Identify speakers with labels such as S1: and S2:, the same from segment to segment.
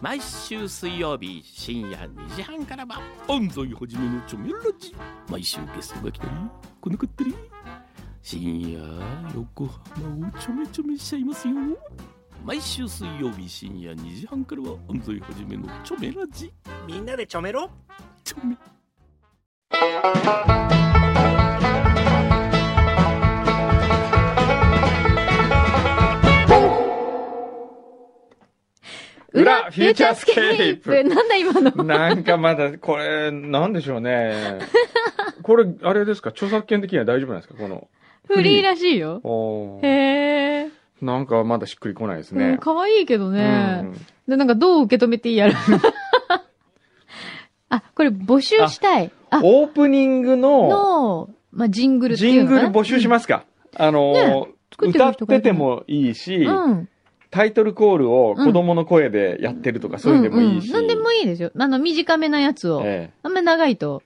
S1: 毎週水曜日深夜2時半からは安西はじめのチョメラジ毎週ゲストが来たり来なかったり深夜横浜をちょめちょめしちゃいますよ毎週水曜日深夜2時半からは安西はじめのチョメラジ
S2: みんなでちょめろ
S1: チョメ
S3: 裏フューチャースケープ
S4: なんだ今 の。
S3: なんかまだ、これ、なんでしょうね。これ、あれですか、著作権的には大丈夫なんですか、この。
S4: フリーらしいよ。
S3: おー
S4: へえ。
S3: なんかまだしっくりこないです
S4: うん
S3: ね。
S4: 可愛いけど
S3: う
S4: ね。
S3: ん。
S4: で、なんかどう受け止めていいや ら。あ、これ募集したい。あ、
S3: オープニン グの
S4: の、まあ、ジングルって
S3: ジ
S4: いう
S3: ン
S4: のか
S3: グ
S4: な
S3: ル募集しますか。あのー
S4: ね、作って
S3: 歌
S4: る
S3: っ
S4: 人が
S3: て
S4: いる
S3: て
S4: の
S3: もいいし、
S4: うん。
S3: タイトルコールを子供の声でやってるとか、そういうのでもいい
S4: うん
S3: し。
S4: うん。なんでもいいですよ。あの、短めなやつを。
S3: ええ
S4: あんま長いと。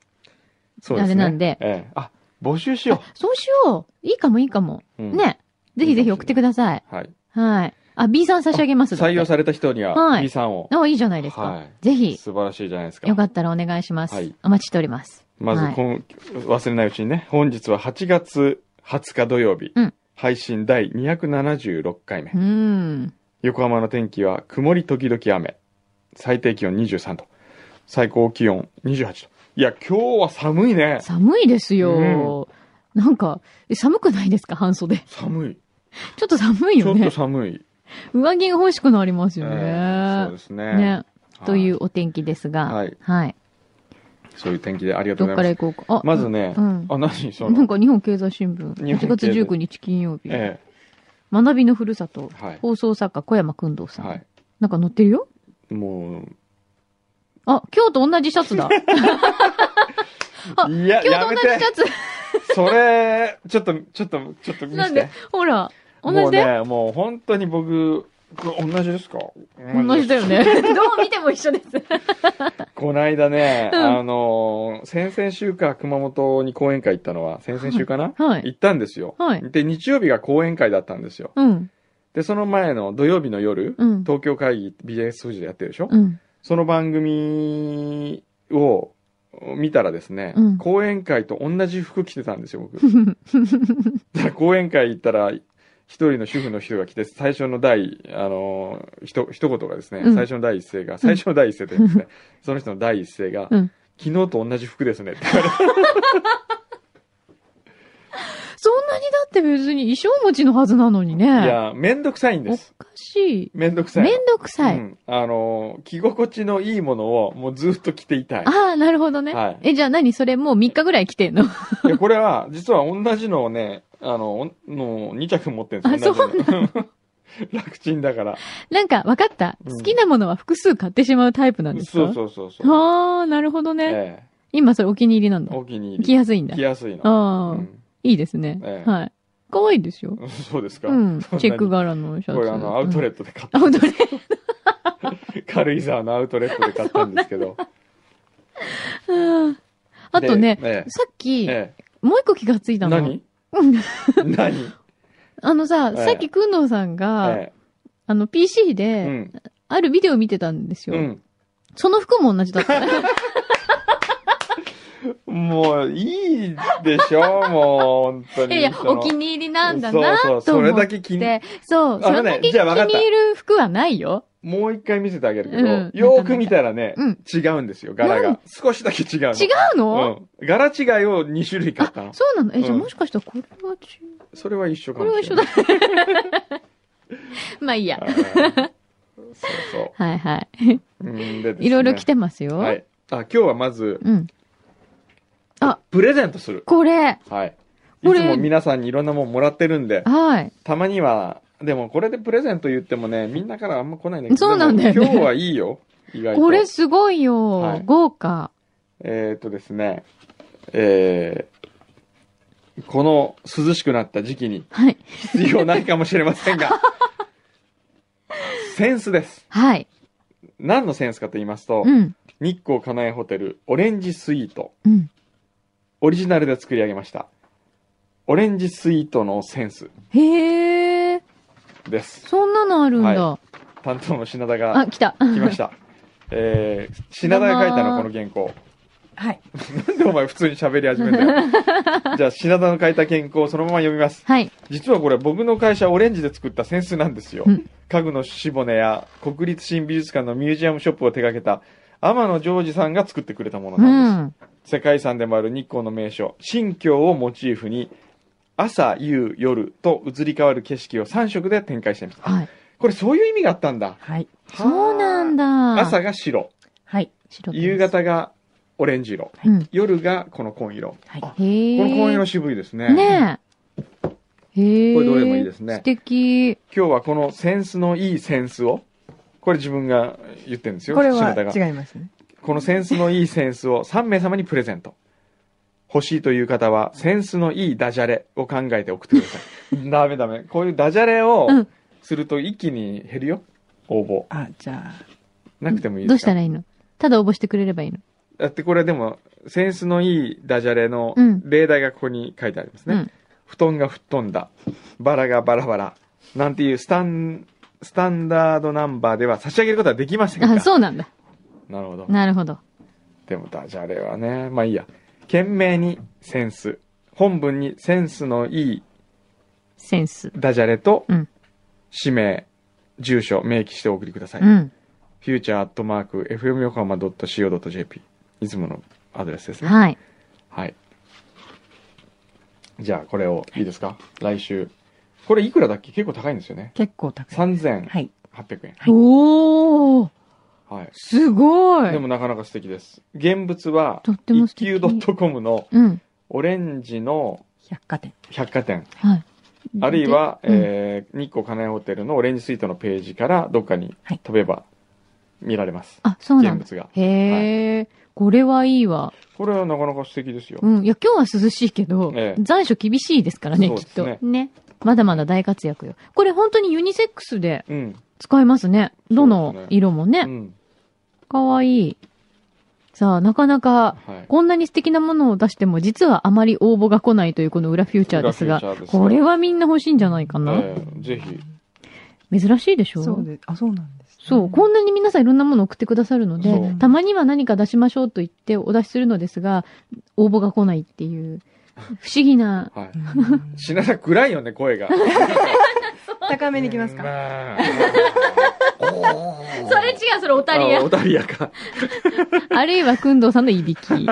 S3: そうです
S4: あ
S3: ね。
S4: れなんで
S3: ええあ、募集しよ
S4: そうしよう。いいかもいいかも。
S3: う。うん。
S4: ね。ぜひぜひ送ってください。
S3: はい。
S4: はい。あ、B さん差し上げます。
S3: 採用
S4: さ
S3: された人に
S4: は
S3: は、
S4: い
S3: B さんを。
S4: あ、いいじゃないです
S3: は
S4: か
S3: い。
S4: ぜひ、
S3: 素晴らしいじゃないですか
S4: よ。かったらお願いしま
S3: は
S4: す
S3: い。
S4: お待ちしております。
S3: まず
S4: はい
S3: こん、忘れないうちにね、本日は8月20日土曜日、
S4: うん
S3: 配信第276回目、
S4: うーん。
S3: 横浜の天気は曇り時々雨、最低気温23度、最高気温28度。いや、今日は寒いね。
S4: 寒いですよ。なんか、え寒くないですか半袖。
S3: 寒い。
S4: ちょっと寒い
S3: ち
S4: よ
S3: ょっと
S4: ね。
S3: 寒い。
S4: 上着が欲しくなりますよ
S3: ええそ
S4: ね
S3: うで。すね。
S4: ね。
S3: は
S4: というお天気です
S3: は
S4: が
S3: い。
S4: はい。
S3: そういう天気でありがと
S4: ど
S3: うご
S4: っ
S3: ざ
S4: か
S3: いま
S4: ら
S3: す。
S4: 行こうか。あ、
S3: まずね、
S4: うん
S3: あ、何そ
S4: なん
S3: の、
S4: か日本経済新聞、
S3: 日本経済
S4: 8月19日金曜日、
S3: え
S4: 学びのふるさと
S3: え、はい。
S4: 放送作家小山くんどうさん、
S3: はい。
S4: なんか載ってるよ
S3: もう、
S4: あ、今日と同じシャ ツだ。あ
S3: い
S4: 今
S3: や、
S4: 日
S3: や
S4: と同
S3: め
S4: じ
S3: て
S4: シャツ。
S3: それ、ちょっと、ちょっと、ちょっと見
S4: な
S3: せ
S4: ん
S3: て
S4: で。ほら、同
S3: も
S4: じ
S3: う
S4: で、
S3: ね、もう本当に僕、これ同じですか
S4: 同じだよ。ね。 どう見ても一緒です。
S3: こないだね、
S4: うん
S3: あのー先々週か熊本に講演会行ったのは、先々週かな、
S4: はい。
S3: 行ったんですよ、
S4: はい
S3: で、日曜日が講演会だったんですよ。
S4: うん。
S3: で、その前の土曜日の夜、
S4: うん。
S3: 東京会議 BS 富士でやってるでしょ、
S4: うん。
S3: その番組を見たらですね、
S4: うん
S3: 講演会と同じ服着てたんですよ、 僕。だから講演会行ったら、一人の主婦の人が来て、最初の第、あのー、ひと、一言がですね、
S4: うん
S3: 最初の第一声が、最初の第一声 でですね、その人の第一声が、
S4: うん
S3: 昨日と同じ服ですねって言われて
S4: そんなにだって別に衣装持ちのはずなのにね。
S3: いや、めんどくさいんで
S4: お
S3: す。
S4: かしい。
S3: めんどくさい。
S4: めんどくさい。
S3: うんあのー、着心地のいいものをもうずっと着ていたい。
S4: ああ、なるほどね。
S3: はい
S4: え、じゃあ何それもう3日ぐらい来てんの
S3: いや、これは、実は同じのをね、あの、おの2着持ってるんですよ。
S4: あ
S3: 同じの 楽ちんだから。
S4: なんか、わかった。
S3: うん
S4: 好きなものは複数買ってしまうタイプなんですか
S3: そうそうそうそう。
S4: ああ、なるほどね。
S3: え
S4: 今それお気に入りなん
S3: え
S4: だ。
S3: お気に
S4: 着
S3: 入り。
S4: やすいんだ
S3: 着。やすいの。
S4: ああ、
S3: うん
S4: いいですね。
S3: ええ
S4: はい。可愛いですよ。
S3: そうですか。
S4: うん。チ
S3: そなに
S4: ェック柄のシャツ。
S3: これあの、アウトレ
S4: ッ
S3: ットで買っ
S4: ト。
S3: た。
S4: アウトレッ ト。
S3: 軽井沢のアウトレットで買ったんですけど。
S4: うん あとね、
S3: でえ
S4: さっき、
S3: ええ
S4: もう一個気がつい
S3: え
S4: たの。
S3: 何
S4: うん
S3: 何
S4: あのさ、
S3: ええ
S4: さっきくんのさんが、
S3: え
S4: あの、PC
S3: え
S4: で、
S3: うん。
S4: あるビデオ見てたんですよ。
S3: うん。
S4: その服も同じだ った。
S3: もう、いいでしょもう、本当
S4: い
S3: に。
S4: やいや、
S3: その
S4: お気に入りなんだな
S3: そうそう
S4: と
S3: そ
S4: 思
S3: れ
S4: っ
S3: だけ気に
S4: て。そう、
S3: あ
S4: それ
S3: のね
S4: だけ気
S3: じゃあわかった
S4: に入る服はないよ。
S3: もう一回見せてあげるけど、
S4: うん
S3: よーく見たらね、
S4: うん
S3: 違うんですよ、柄
S4: なん
S3: が。少しだけ違うの。
S4: 違うの、
S3: うん。柄違いを2種類買ったの。
S4: そうなのえ、じゃあ
S3: うん
S4: もしかしたらこれは違う。
S3: それは一緒か
S4: こ
S3: も
S4: れは
S3: し
S4: 一
S3: れ
S4: 緒
S3: な
S4: だ
S3: い。。
S4: まあいいや。
S3: あーそうそ
S4: はいはい。
S3: う。うんでですね
S4: いろいろ来てますよ。
S3: はい。あ、今日はまず、
S4: うん。
S3: プレゼントする。
S4: これ、
S3: はい。い
S4: こ
S3: つ
S4: れ
S3: も皆さんにいろんなもんもらってるんで、
S4: はい。
S3: たまには、でもこれでプレゼント言ってもね、みんなからあんま来ないんだけど、
S4: そうなんだよね
S3: でも今日はいいよ、意外と。
S4: これすごいよ。
S3: はい
S4: 豪華。
S3: えー、っとですね、えー、この涼しくなった時期に
S4: はい。
S3: 必要ないかもしれま せんが、センスです。
S4: はい。
S3: 何のセンスかと言いますと、
S4: うん。
S3: 日光金谷ホテルオレンジスイート、
S4: うん。
S3: オリジナルで作り上げました。オレンジスイートのセンス
S4: へえ。
S3: です。
S4: そんなのあるんだ。
S3: 担当の品田
S4: あ、
S3: が
S4: 来た。
S3: 来ました。えー、品田が書いたの、この原稿。
S2: はい。
S3: なんでお前普通に喋り始め たよ。じゃあ、品田の書いた原稿をそのまま読みます。
S4: はい。
S3: 実はこれ、僕の会社オレンジで作った扇子なんですよ。
S4: うん
S3: 家具のしぼねや国立新美術館のミュージアムショップを手掛けた天野ジョージさんが作ってくれたもの
S4: う
S3: なんです。
S4: ん。
S3: 世界遺産でもある日光の名所、新京をモチーフに、朝、夕、夜と移り変わる景色を3色で展開してみた。
S4: はい。
S3: これそういう意味があったんだ。
S2: はい。
S4: そうなんだ。
S3: 朝が白、
S2: はい。
S4: 白です
S3: 夕。方がオレンジ色、
S4: うん。
S3: 夜がこの紺色。
S2: はい
S3: あ
S4: へえ。
S3: この紺色渋いですね。
S4: ねえ。へえ。
S3: これどれもいいですね
S4: 素敵。
S3: 今日はこのセンスのいいセンスを、これ自分が言ってるんですよ。
S2: これ
S3: 篠
S2: は
S3: 田が
S2: 違いますね。
S3: このセンスのいいセンスを3名様にプレゼント。欲しいという方は、センスのいいダジャレを考えて送ってください。 ダメダメ。こういうダジャレを
S4: うん
S3: すると一気に減るよ。応募。
S2: あ、じゃあ、
S3: なくてもいい
S4: ど
S3: で
S4: う
S3: す
S4: し
S3: か
S4: たらいいのただ応募してくれればいいの
S3: だってこれでも、センスのいいダジャレの
S4: うん
S3: 例題がここに書いてありますね。
S4: うん
S3: 布団が吹っ飛んだ。バラがバラバラ。なんていうスタン、スタンダードナンバーでは差し上げることはできませんか
S4: あ、そうなんだ。
S3: なるほど。
S4: なるほど。
S3: でもダジャレはね、まあいいや。懸命にセンス。本文にセンスのいい
S4: センス。
S3: ダジャレと
S4: うん、
S3: 氏名、住所、明記してお送りください。
S4: うん。
S3: フューチャーアットマーク、fmyokohama.co.jp。いつものアドレスですね。
S4: はい。
S3: はい。じゃあ、これを、いいですか来週。これいくらだっけ結構高いんですよね。
S2: 結構たくさん。
S3: 3800
S2: はい。
S3: 円。
S2: はい
S4: おお
S3: はい。
S4: すご
S3: で
S4: い
S3: もなかなか素敵です。現物は、
S4: とっても
S3: 一
S4: 素敵
S3: 級 .com の
S4: うん。
S3: オレンジの
S2: 百貨店。
S3: 百貨店、
S4: はい。
S3: あるいは、
S4: でうん
S3: えー日光金谷ホテルのオレンジスイートのページからどっかに
S2: はい
S3: 飛べば見られます。
S4: あ、そうな
S3: 現
S4: んだ。
S3: 物が。
S4: へえ。これはいいわ。
S3: これはなかなか素敵ですよ。
S4: うん。いや、今日は涼しいけど
S3: ええ、
S4: 残暑厳しいですからね、
S3: そう
S4: き
S3: で
S4: っ
S3: すね
S4: と。ね。まだまだ大活躍よ。これ本当にユニセックスで
S3: うん。
S4: 使えますね。ど
S3: そうです
S4: の
S3: ね
S4: 色も
S3: う
S4: ね。
S3: ん。
S4: かわいい。さあ、なかなか、
S3: はい。
S4: こんなに素敵なものを出しても、実はあまり応募が来ないというこの裏フューチャーですが
S3: 裏フューチャーで、すが
S4: これはみんな欲しいんじゃないかな。
S3: えーぜひ。
S4: 珍しいでしょ
S2: そうです。あ、そうなんですね。
S4: そう、こんなに皆さんいろんなものを送ってくださるの
S3: そ
S4: で
S3: う、
S4: たまには何か出しましょうと言ってお出しするのですが、応募が来ないっていう、不思議な、
S3: は
S2: う
S3: い。
S2: ん
S3: 品田暗いよね、声が。
S2: 高めにいきますか。
S3: まあ
S4: それ違う、それオタリ
S3: あ
S4: ア
S3: オ。タリアか。
S4: あるいは、くんどうさんのいびき。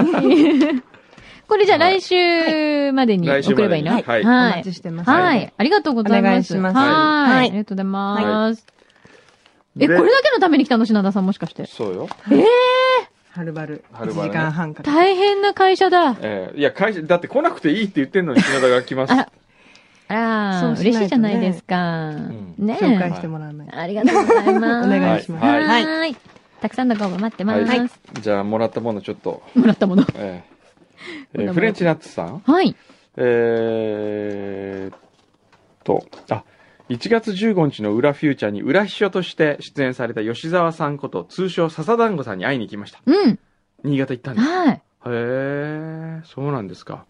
S4: これじゃあ
S3: は
S4: 来
S3: い
S4: 週までに
S3: 来週
S4: 送
S3: までに
S4: ればいいな。
S3: はい
S4: はい。
S2: お待ちしてます。
S4: は。
S3: はい
S4: ありがとうございます。
S2: お願いします
S4: はい。
S2: は
S4: あ
S2: い
S4: りがとうございます。え、
S3: で
S4: これだけのために来たの品田さんもしかして。
S3: そうよ。
S2: はるばる。
S3: はる
S2: 1
S3: ばるね
S2: 時間半から。
S4: 大変な会社だ。
S3: えーいや、会社、だって来なくていいって言ってんのに品田が来ます
S4: あ。らあら
S2: そう
S4: ー、
S2: しないとね
S4: 嬉しいじゃないですか。
S3: ん
S4: ねえ
S2: 紹介してもらわないと。
S4: ありがとうございます。
S2: お願いします。
S3: は
S4: はいい。
S2: はい。
S4: たくさんのご応募待ってます。
S3: はいじゃあ、もらったものちょっと。
S4: もらったもの。
S3: えーえー
S4: こんなもの
S3: フレンチナッツさん
S4: はい。
S3: えーっと、あ、1月15日の裏フューチャーに裏秘書として出演された吉沢さんこと、通称笹団子さんに会いに行きました。
S4: うん。
S3: 新潟行ったんです。
S4: はい。
S3: へえ、そうなんですか。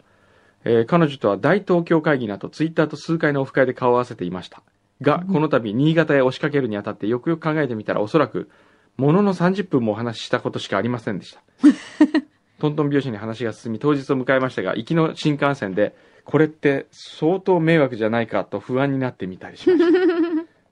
S3: えー彼女とは大東京会議の後、ツイッターと数回のオフ会で顔を合わせていました。が、この度、新潟へ押しかけるにあたって、よくよく考えてみたら、おそらく、ものの30分もお話ししたことしかありませんで した。トントン拍子に話が進み、当日を迎えましたが、行きの新幹線で、これって相当迷惑じゃないかと不安になってみたりし ました。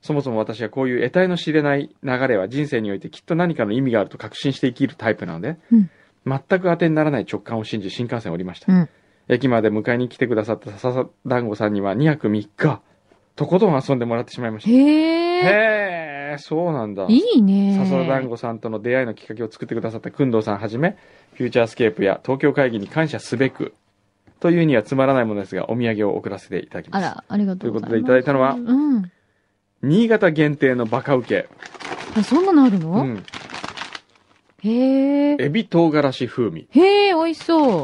S3: そもそも私はこういう得体の知れない流れは人生においてきっと何かの意味があると確信して生きるタイプなので、
S4: うん
S3: 全く当てにならない直感を信じ新幹線を降りました。
S4: うん
S3: 駅まで迎えに来てくださった笹団子さんには2泊3日、とことん遊んでもらってしまいました。
S4: へえ。
S3: へえ、そうなんだ。
S4: いいね。
S3: 笹団子さんとの出会いのきっかけを作ってくださった工藤さんはじめ、フューチャースケープや東京会議に感謝すべく、というにはつまらないものですが、お土産を送らせていただきま
S4: あ
S3: す。
S4: ら、ありがとうございます。
S3: ということでいただいたのは
S4: うん。
S3: 新潟限定のバカウケ。
S4: あ、そんなのある
S3: う
S4: の
S3: ん。
S4: へえ。
S3: エビ唐辛子風味。
S4: へえ、美味しそう。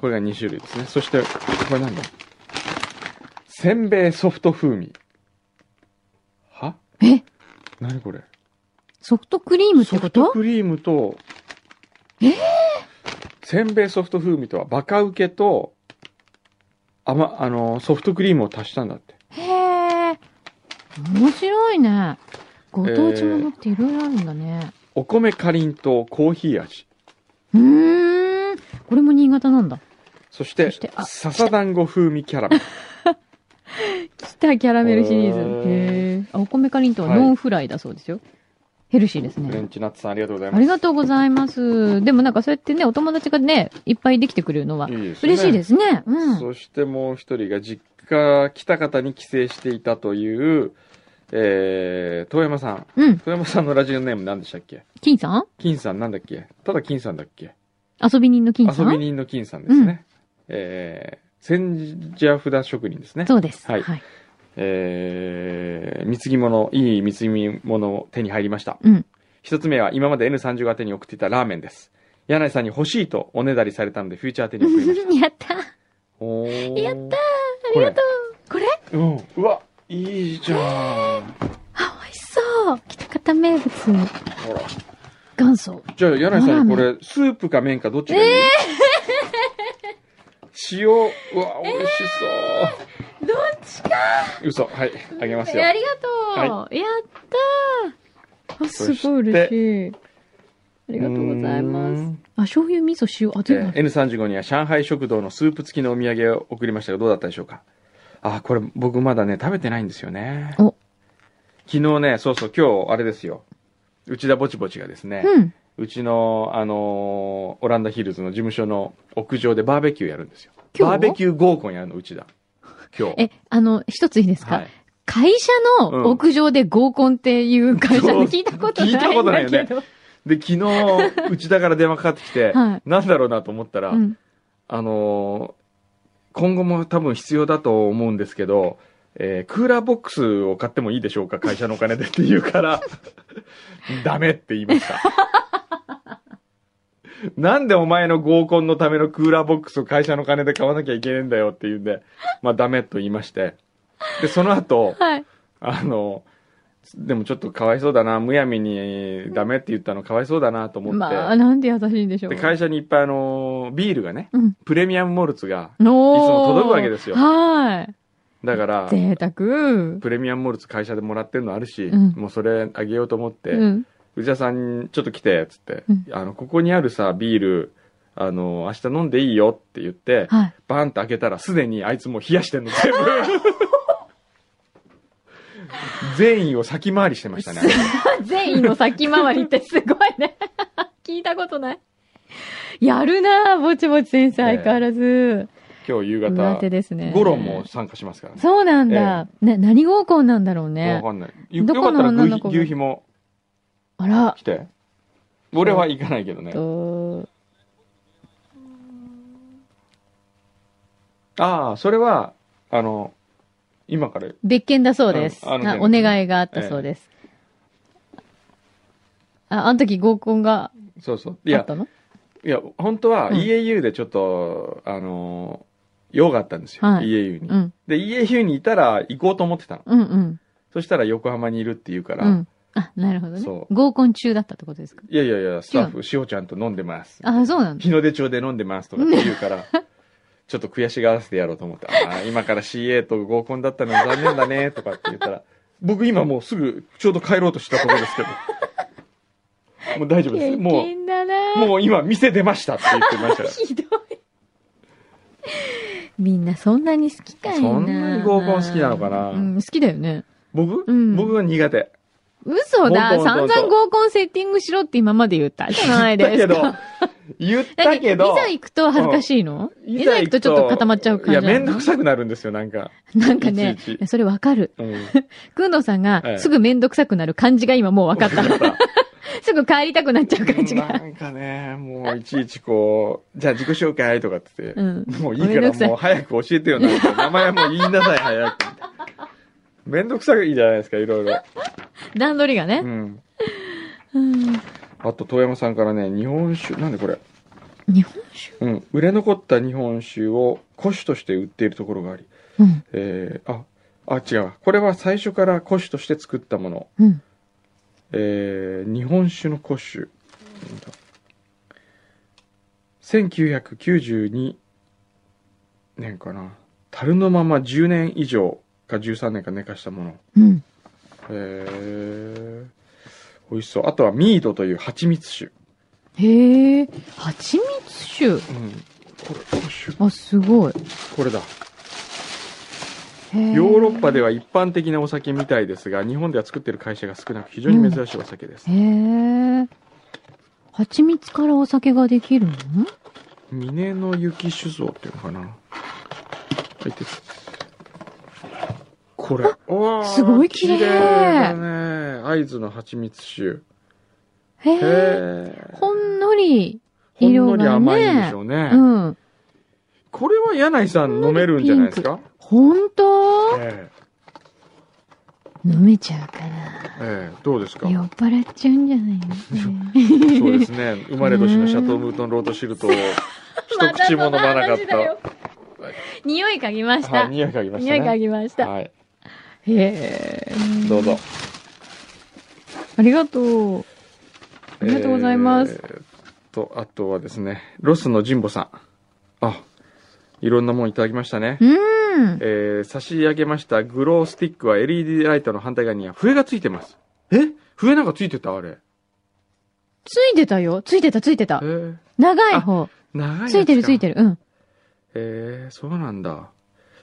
S3: これが2種類ですね。そして、これなんだせんべいソフト風味。は
S4: え
S3: 何これ
S4: ソフトクリームっ
S3: ソ
S4: てこ
S3: フト
S4: と
S3: クリームと、
S4: えー
S3: せんべいソフト風味とは、バカウケと、あま、あのー、ソフトクリームを足したんだって。
S4: へえ。面白いね。ご当地ものっていろいろあるんだね。
S3: お米かりんとうコーヒー味。
S4: うーん。これも新潟なんだ。
S3: そして、
S4: そしてあ
S3: 笹団子風味キャラメル。
S4: 北キャラメルシリーズ。
S3: へ
S4: へえ。あお米かりんとうはノンフライだそうですよ。ヘルシーです
S3: フレ
S4: ね。
S3: ンチナッツさんありがとうござい
S4: あ
S3: ます。
S4: りがとうございます。でもなんかそうやってね、お友達がね、いっぱいできてくれるのは、
S3: いいですね
S4: 嬉しいですね。うん。
S3: そしてもう一人が実家、喜多方に帰省していたという、えー、遠山さん。
S4: うん。
S3: 遠山さんのラジオネーム何でしたっけ
S4: 金さん
S3: 金さんなんだっけただ金さんだっけ
S4: 遊び人の金さ
S3: 遊
S4: ん
S3: び人の金さんですね。えー、千社札職人ですね。
S4: そうです。
S3: はい
S4: はい。
S3: えー、貢ぎ物、いい貢ぎ物を手に入りました。
S4: うん
S3: 一つ目は今まで N30 宛てに送っていたラーメンです。柳井さんに欲しいとおねだりされたので、フューチャー宛てに送りました。
S4: やったー
S3: お ー
S4: やった
S3: こ
S4: あり
S3: れ
S4: がとうこれ
S3: うん。うわ、いいじゃん。
S4: あ、美味しそう北方名物の
S3: ほら。
S4: 元祖。
S3: じゃあ、柳井
S4: ラ
S3: さん、こ
S4: ーメ
S3: れ、スープか麺かどっちがいい、塩、うわ、美味し
S4: どっちか
S3: そう。嘘、はい、あげますよ。
S4: ありがとう、やったーあ、す
S3: そして
S4: ごい嬉しい。あ
S3: あ
S4: りがとうございます。。あ、醤油、味噌、塩、あ、
S3: え
S4: 全部あ
S3: ー
S4: る。
S3: N35 には上海食堂のスープ付きのお土産を送りましたが、どうだったでしょうかあ、これ、僕まだね、食べてないんですよね。
S4: お
S3: 昨日ね、そうそう、今日、あれですよ。内田ぼちぼちがですね、
S4: うん。
S3: うちの、あのーオランダヒルズの事務所の屋上でバーベキューやるんですよ。
S4: 今日
S3: バーベキュー合コンやるの、うちだ。今日。
S4: え、あの、一ついいですか、
S3: はい。
S4: 会社
S3: うん
S4: の屋上で合コンっていう会社
S3: そう
S4: の聞いたことないんだけど。
S3: 聞いたことないよねで、昨日、うちだから電話かかってき て、
S4: はい
S3: なんだろうなと思ったら、
S4: うん。
S3: あのー今後も多分必要だと思うんですけど、えークーラーボックスを買ってもいいでしょうか会社のお金でって言うから、 ダメって言いました。 なんでお前の合コンのためのクーラーボックスを会社の金で買わなきゃいけねえんだよって言うんで、まあダメと言いまして。で、その後、
S4: はい。
S3: あの、でもちょっとかわいそうだな、むやみにダメって言ったのかわいそうだなと思って、
S4: まあ、なんで優しいんでしょう。
S3: で会社にいっぱいあの、ビールがね、
S4: うん。
S3: プレミアムモルツが、
S4: の
S3: いつも届くわけですよ
S4: はい。
S3: だから、
S4: 贅沢。
S3: プレミアムモルツ会社でもらってるのあるし、
S4: うん
S3: もうそれあげようと思って、
S4: うん。
S3: 内田さんにちょっと来て、つって、
S4: うん
S3: あの、ここにあるさ、ビール、あの、明日飲んでいいよって言って、
S4: はい。
S3: バーンって開けたら、すでにあいつもう冷やしてんの、全部。善意を先回りしてまし たね。
S4: 善意の先回りってすごいね。 聞いたことない。やるなぁ、ぼちぼち先生、
S3: ええ
S4: 相変わらず。
S3: 今日夕
S4: 上
S3: 方
S4: 手、ですね。
S3: ゴロンも。参加しますからね。
S4: そうなんだ。ね、何合コンなんだろうね
S3: わ。かんない。よ
S4: ど
S3: よ
S4: こ
S3: か
S4: の
S3: ったら
S4: 女
S3: 牛
S4: の子
S3: 皮
S4: が
S3: 牛皮も
S4: あら、
S3: 来て。俺は行かないけどね。
S4: と、
S3: ああ、それは、あの、今から
S4: 別件だそうです。
S3: うんあの
S4: な
S3: ね
S4: お願いがあったそうです。あ、あの時合コンが
S3: そうそう。い
S4: あ
S3: や
S4: っ、たの
S3: いや、本当は
S4: うん
S3: EAU でちょっと、あのー、用があったんですよ。
S4: はい
S3: EAU に、
S4: うん。
S3: で、EAU にいたら行こうと思ってたの。
S4: うんうん。
S3: そしたら横浜にいるって言うから、
S4: うん。あ、なるほどね
S3: そ。う
S4: 合コン中だったってことですか
S3: いやいやいや、スタッフ、しおちゃんと飲んでます。
S4: あ、そうなんだ。
S3: 日の出町で飲んでますとかって言 うから、ちょっと悔しがらせてやろうと思って、ああ、今から CA と合コンだったの残念だね、とかって言ったら、僕今もうすぐちょうど帰ろうとしたところですけど、もう大丈夫です。
S4: 経
S3: もう、
S4: 験だなぁ
S3: もう今店出ましたって言ってましたから。
S4: ひどい。みんなそんなに好きかいな。
S3: そんなに合コン好きなのかな
S4: うん、好きだよね。
S3: 僕、
S4: うん
S3: 僕は苦手。
S4: 嘘だ。
S3: 本当
S4: 散
S3: 本当
S4: 々合コンセッティングしろって今まで言ったじゃないですか。
S3: 言ったけど、
S4: だっていざ行くと恥ずかしいの、いざ行くとちょっと固まっちゃう感じ
S3: い
S4: な
S3: や、
S4: の
S3: めんどくさくなるんですよ、なんか。
S4: なんかね
S3: いちいち
S4: それわかる。
S3: うん。
S4: くんどうさん
S3: ええ
S4: がすぐめんどくさくなる感じが今もうわかった。すぐ帰りたくなっちゃう感じ
S3: な
S4: が。
S3: んかね、もういちいちこう、じゃあ自己紹介とかって言って、
S4: うん。
S3: もういい
S4: め
S3: か
S4: んど
S3: ら
S4: くさい
S3: もう早く教えてよなんか、名前もう言いなさい、早く。めんどくさいじゃないですか、いろいろ。
S4: 段取りが
S3: う
S4: ね。
S3: ん。
S4: うん。
S3: あと、遠山さんからね、日本酒、なんでこれ、
S4: 日本酒
S3: うん、売れ残った日本酒を古酒として売っているところがあり、
S4: うん。
S3: えー、あ、あ、違うわ。これは最初から古酒として作ったもの。
S4: うん。
S3: えー、日本酒の古酒。1992年かな。樽のまま10年以上か13年か寝かしたもの。
S4: うん。
S3: えー、美味しそう。あとはミードという蜂蜜酒。
S4: へえ、蜂蜜酒。
S3: うん。これ、この酒
S4: あ、すごい。
S3: これだ。
S4: へえ
S3: ヨーロッパでは一般的なお酒みたいですが、日本では作ってる会社が少なく非常に珍しいお酒です。
S4: へえ。蜂蜜からお酒ができるの
S3: 峰の雪酒造っていうのかな。入ってるこれ。わー
S4: すごい綺麗
S3: 綺麗だね。会津の蜂蜜酒。
S4: へ
S3: へ
S4: え。
S3: え。
S4: ほんのり、
S3: ほんの
S4: 色
S3: り
S4: が
S3: 甘
S4: ね
S3: いんでしょうね。
S4: うん。
S3: これは柳井さん飲めるんじゃないですか
S4: ほんと
S3: え
S4: 飲めちゃうから。
S3: えええどうですか
S4: 酔っ払っちゃうんじゃ ない
S3: そうですね。生まれ年のシャトーブートンロードシルト を一口も飲まなかった。
S4: 匂い嗅ぎまし
S3: は
S4: た。
S3: い、匂い嗅ぎまし
S4: 匂
S3: た
S4: い
S3: ね。
S4: 嗅ぎました。
S3: はい、
S4: へえ。
S3: どうぞ。。
S4: ありがとう。ありがとうございます。
S3: えーっと、あとはですね、ロスのジンボさん。あ、いろんなもんいただきましたね。
S4: うん。
S3: えー差し上げましたグロースティックは LED ライトの反対側には笛がついてます。え笛なんかついてたあれ。
S4: ついてたよ。ついてた、ついてた
S3: え。ー、
S4: 長い方。
S3: 長い
S4: ついてる、つい
S3: る。
S4: てる。うん。
S3: えー、そうなんだ。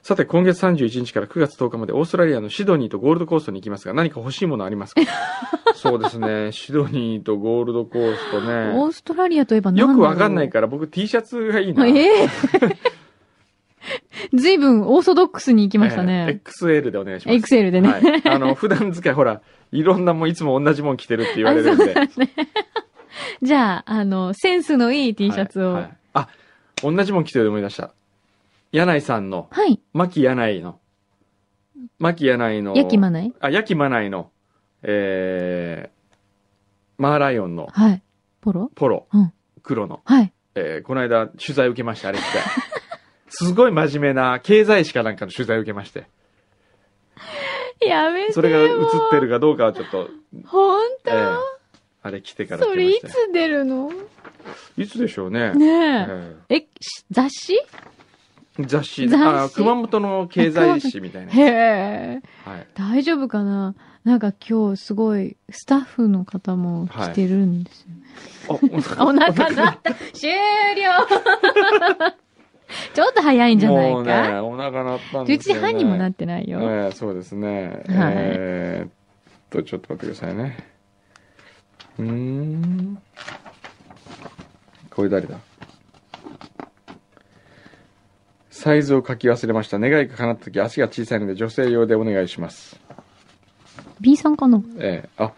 S3: さて、今月31日から9月10日までオーストラリアのシドニーとゴールドコーストに行きますが、何か欲しいものあ りますかそうですね。シドニーとゴールドコーストね。
S4: オーストラリアといえば何だ
S3: よ
S4: ろう
S3: くわかんないから僕 T シャツがいいな。
S4: え えずいぶんオーソドックスに行きました
S3: え
S4: ね
S3: ー。XL でお願いします。
S4: XL でね。
S3: はい。あの、普段使い、ほら、いろんなもん、いつも同じもん着てるって言われるんで。
S4: じゃあ、あの、センスのいい T シャツを。
S3: はい
S4: は。
S3: はいいあ、同じもん着てるで思い出した。柳井さんの、牧柳井の、牧柳井の、
S4: やきまない
S3: あ、ヤキマナイの、えー、マーライオンの
S4: はい。ポロ
S3: ポロ、
S4: うん
S3: 黒の、
S4: はい。
S3: えー、この間取材受けました、あれって。 すごい真面目な経済誌かなんかの取材受けまして。
S4: やめてよ。
S3: それが映ってるかどうかはちょっと、
S4: ほんと、
S3: えー、あれ来てから
S4: そ
S3: 受け
S4: れ
S3: ま
S4: い
S3: したよ
S4: つ出るの
S3: いつでしょうね。え
S4: ね
S3: ー
S4: え。え、し雑誌
S3: 雑誌
S4: 雑誌
S3: あ、熊本の経済誌みたいな。
S4: へえ。
S3: はい。
S4: 大丈夫かななんか今日すごいスタッフの方も来てるんですよね。
S3: あ、
S4: お腹鳴った終了 ちょっと早いんじゃない
S3: もう
S4: か、
S3: ね、お腹鳴ったんで
S4: 11
S3: すよ、
S4: 時
S3: ね。
S4: 半にもなってないよ。
S3: ええそうですね。えーっと、ちょっと待ってくださいね。うーん。これ誰だサイズを書き忘れました。願いが叶った時足が小さいので女性用でお願いします。
S4: B さんかな
S3: ええあ、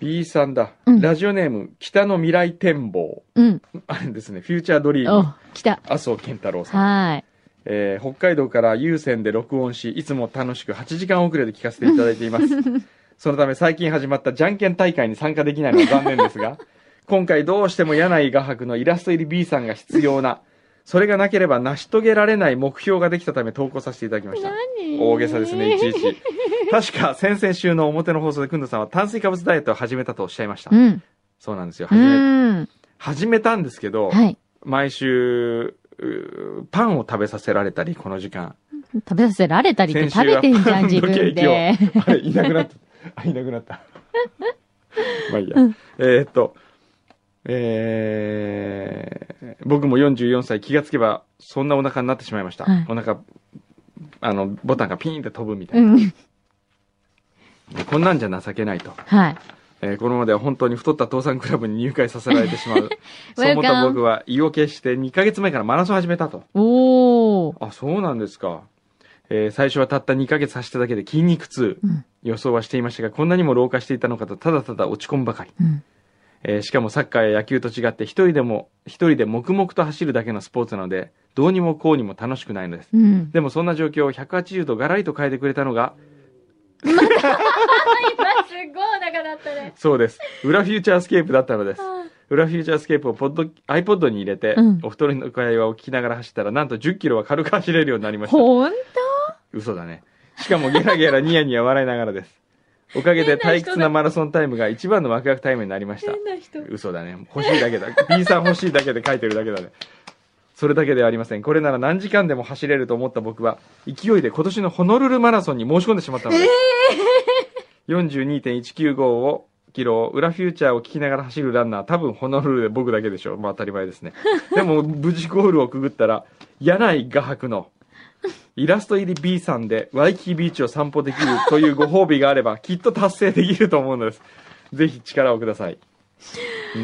S3: B さんだ。
S4: うん
S3: ラジオネーム、北の未来展望。
S4: うん。
S3: あれですね、フューチャードリーム。
S4: お、来た。
S3: 麻生健太郎さん。
S4: は
S3: えー北海道から有線で録音し、いつも楽しく8時間遅れで聞かせていただいて います。そのため最近始まったじゃんけん大会に参加できないのは残念ですが、今回どうしても柳井画伯のイラスト入り B さんが必要な、それがなければ成し遂げられない目標ができたため投稿させていただきま
S4: い。
S3: した。
S4: 何
S3: 大げさですね、いちいち。確か先々週の表の放送でくんどさんは炭水化物ダイエットを始めたとおっしゃいました
S4: う。ん。
S3: そうなんですよ。
S4: う
S3: 始め、
S4: ん。
S3: 始めたんですけど、
S4: はい。
S3: 毎週、うーパンを食べさせられたり、この時間。
S4: 食べさせられたりって
S3: 先週
S4: 食べ
S3: は
S4: てんじ ゃん、
S3: パウン
S4: 自
S3: ドケー
S4: 分
S3: キを
S4: で。
S3: あれ、いなくなった。あ、いなく なった。まあいいや。
S4: うん
S3: えーっと、えー、僕も44歳気がつけば、そんなお腹になってしまいました。
S4: はい
S3: お腹、あの、ボタンがピーンって飛ぶみた
S4: う
S3: いな。
S4: ん。
S3: こんなんじゃ情けないと。
S4: はい。
S3: えーこのままでは本当に太った父さんクラブに入会させられてしま う。そう思った
S4: Welcome
S3: 僕は胃を決して2ヶ月前からマラソン始めたと。
S4: おー。
S3: あ、そうなんですか。えー最初はたった2ヶ月走っただけで筋肉痛。
S4: うん。
S3: 予想はしていましたが、こんなにも老化していたのかと、ただただ落ち込むばかり。
S4: うん。
S3: えーしかもサッカーや野球と違って、一人でも、一人で黙々と走るだけのスポーツなので、どうにもこうにも楽しくないのです。
S4: うん。
S3: でもそんな状況を180度ガラリと変えてくれたのが、
S4: 今すごいお腹だったね。
S3: そうです。裏フューチャースケープだったのです。
S4: あ
S3: 裏フューチャースケープをポッド、iPod に入れて、
S4: うん
S3: お二人の会話を聞きながら走ったら、なんと10キロは軽く走れるようになりま
S4: ー
S3: した。
S4: ほんと
S3: 嘘だね。しかもゲラゲラニヤニヤ笑いながらです。おかげで退屈なマラソンタイムが一番のワクワクタイムになりました。
S4: 変な人。
S3: 嘘だね。欲しいだけだ。B さん欲しいだけで書いてるだけだね。それだけではありません。これなら何時間でも走れると思った僕は、勢いで今年のホノルルマラソンに申し込んでしまったのです。42.195をキロ、裏フューチャーを聞きながら走るランナー、多分ホノルルで僕だけでしょう。まあ当たり 前ですね。でも、無事ゴールをくぐったら、柳井画伯の、イラスト入り B さんでワイキキビーチを散歩できるというご褒美があれば、きっと達成できると思うのです。ぜひ力をください。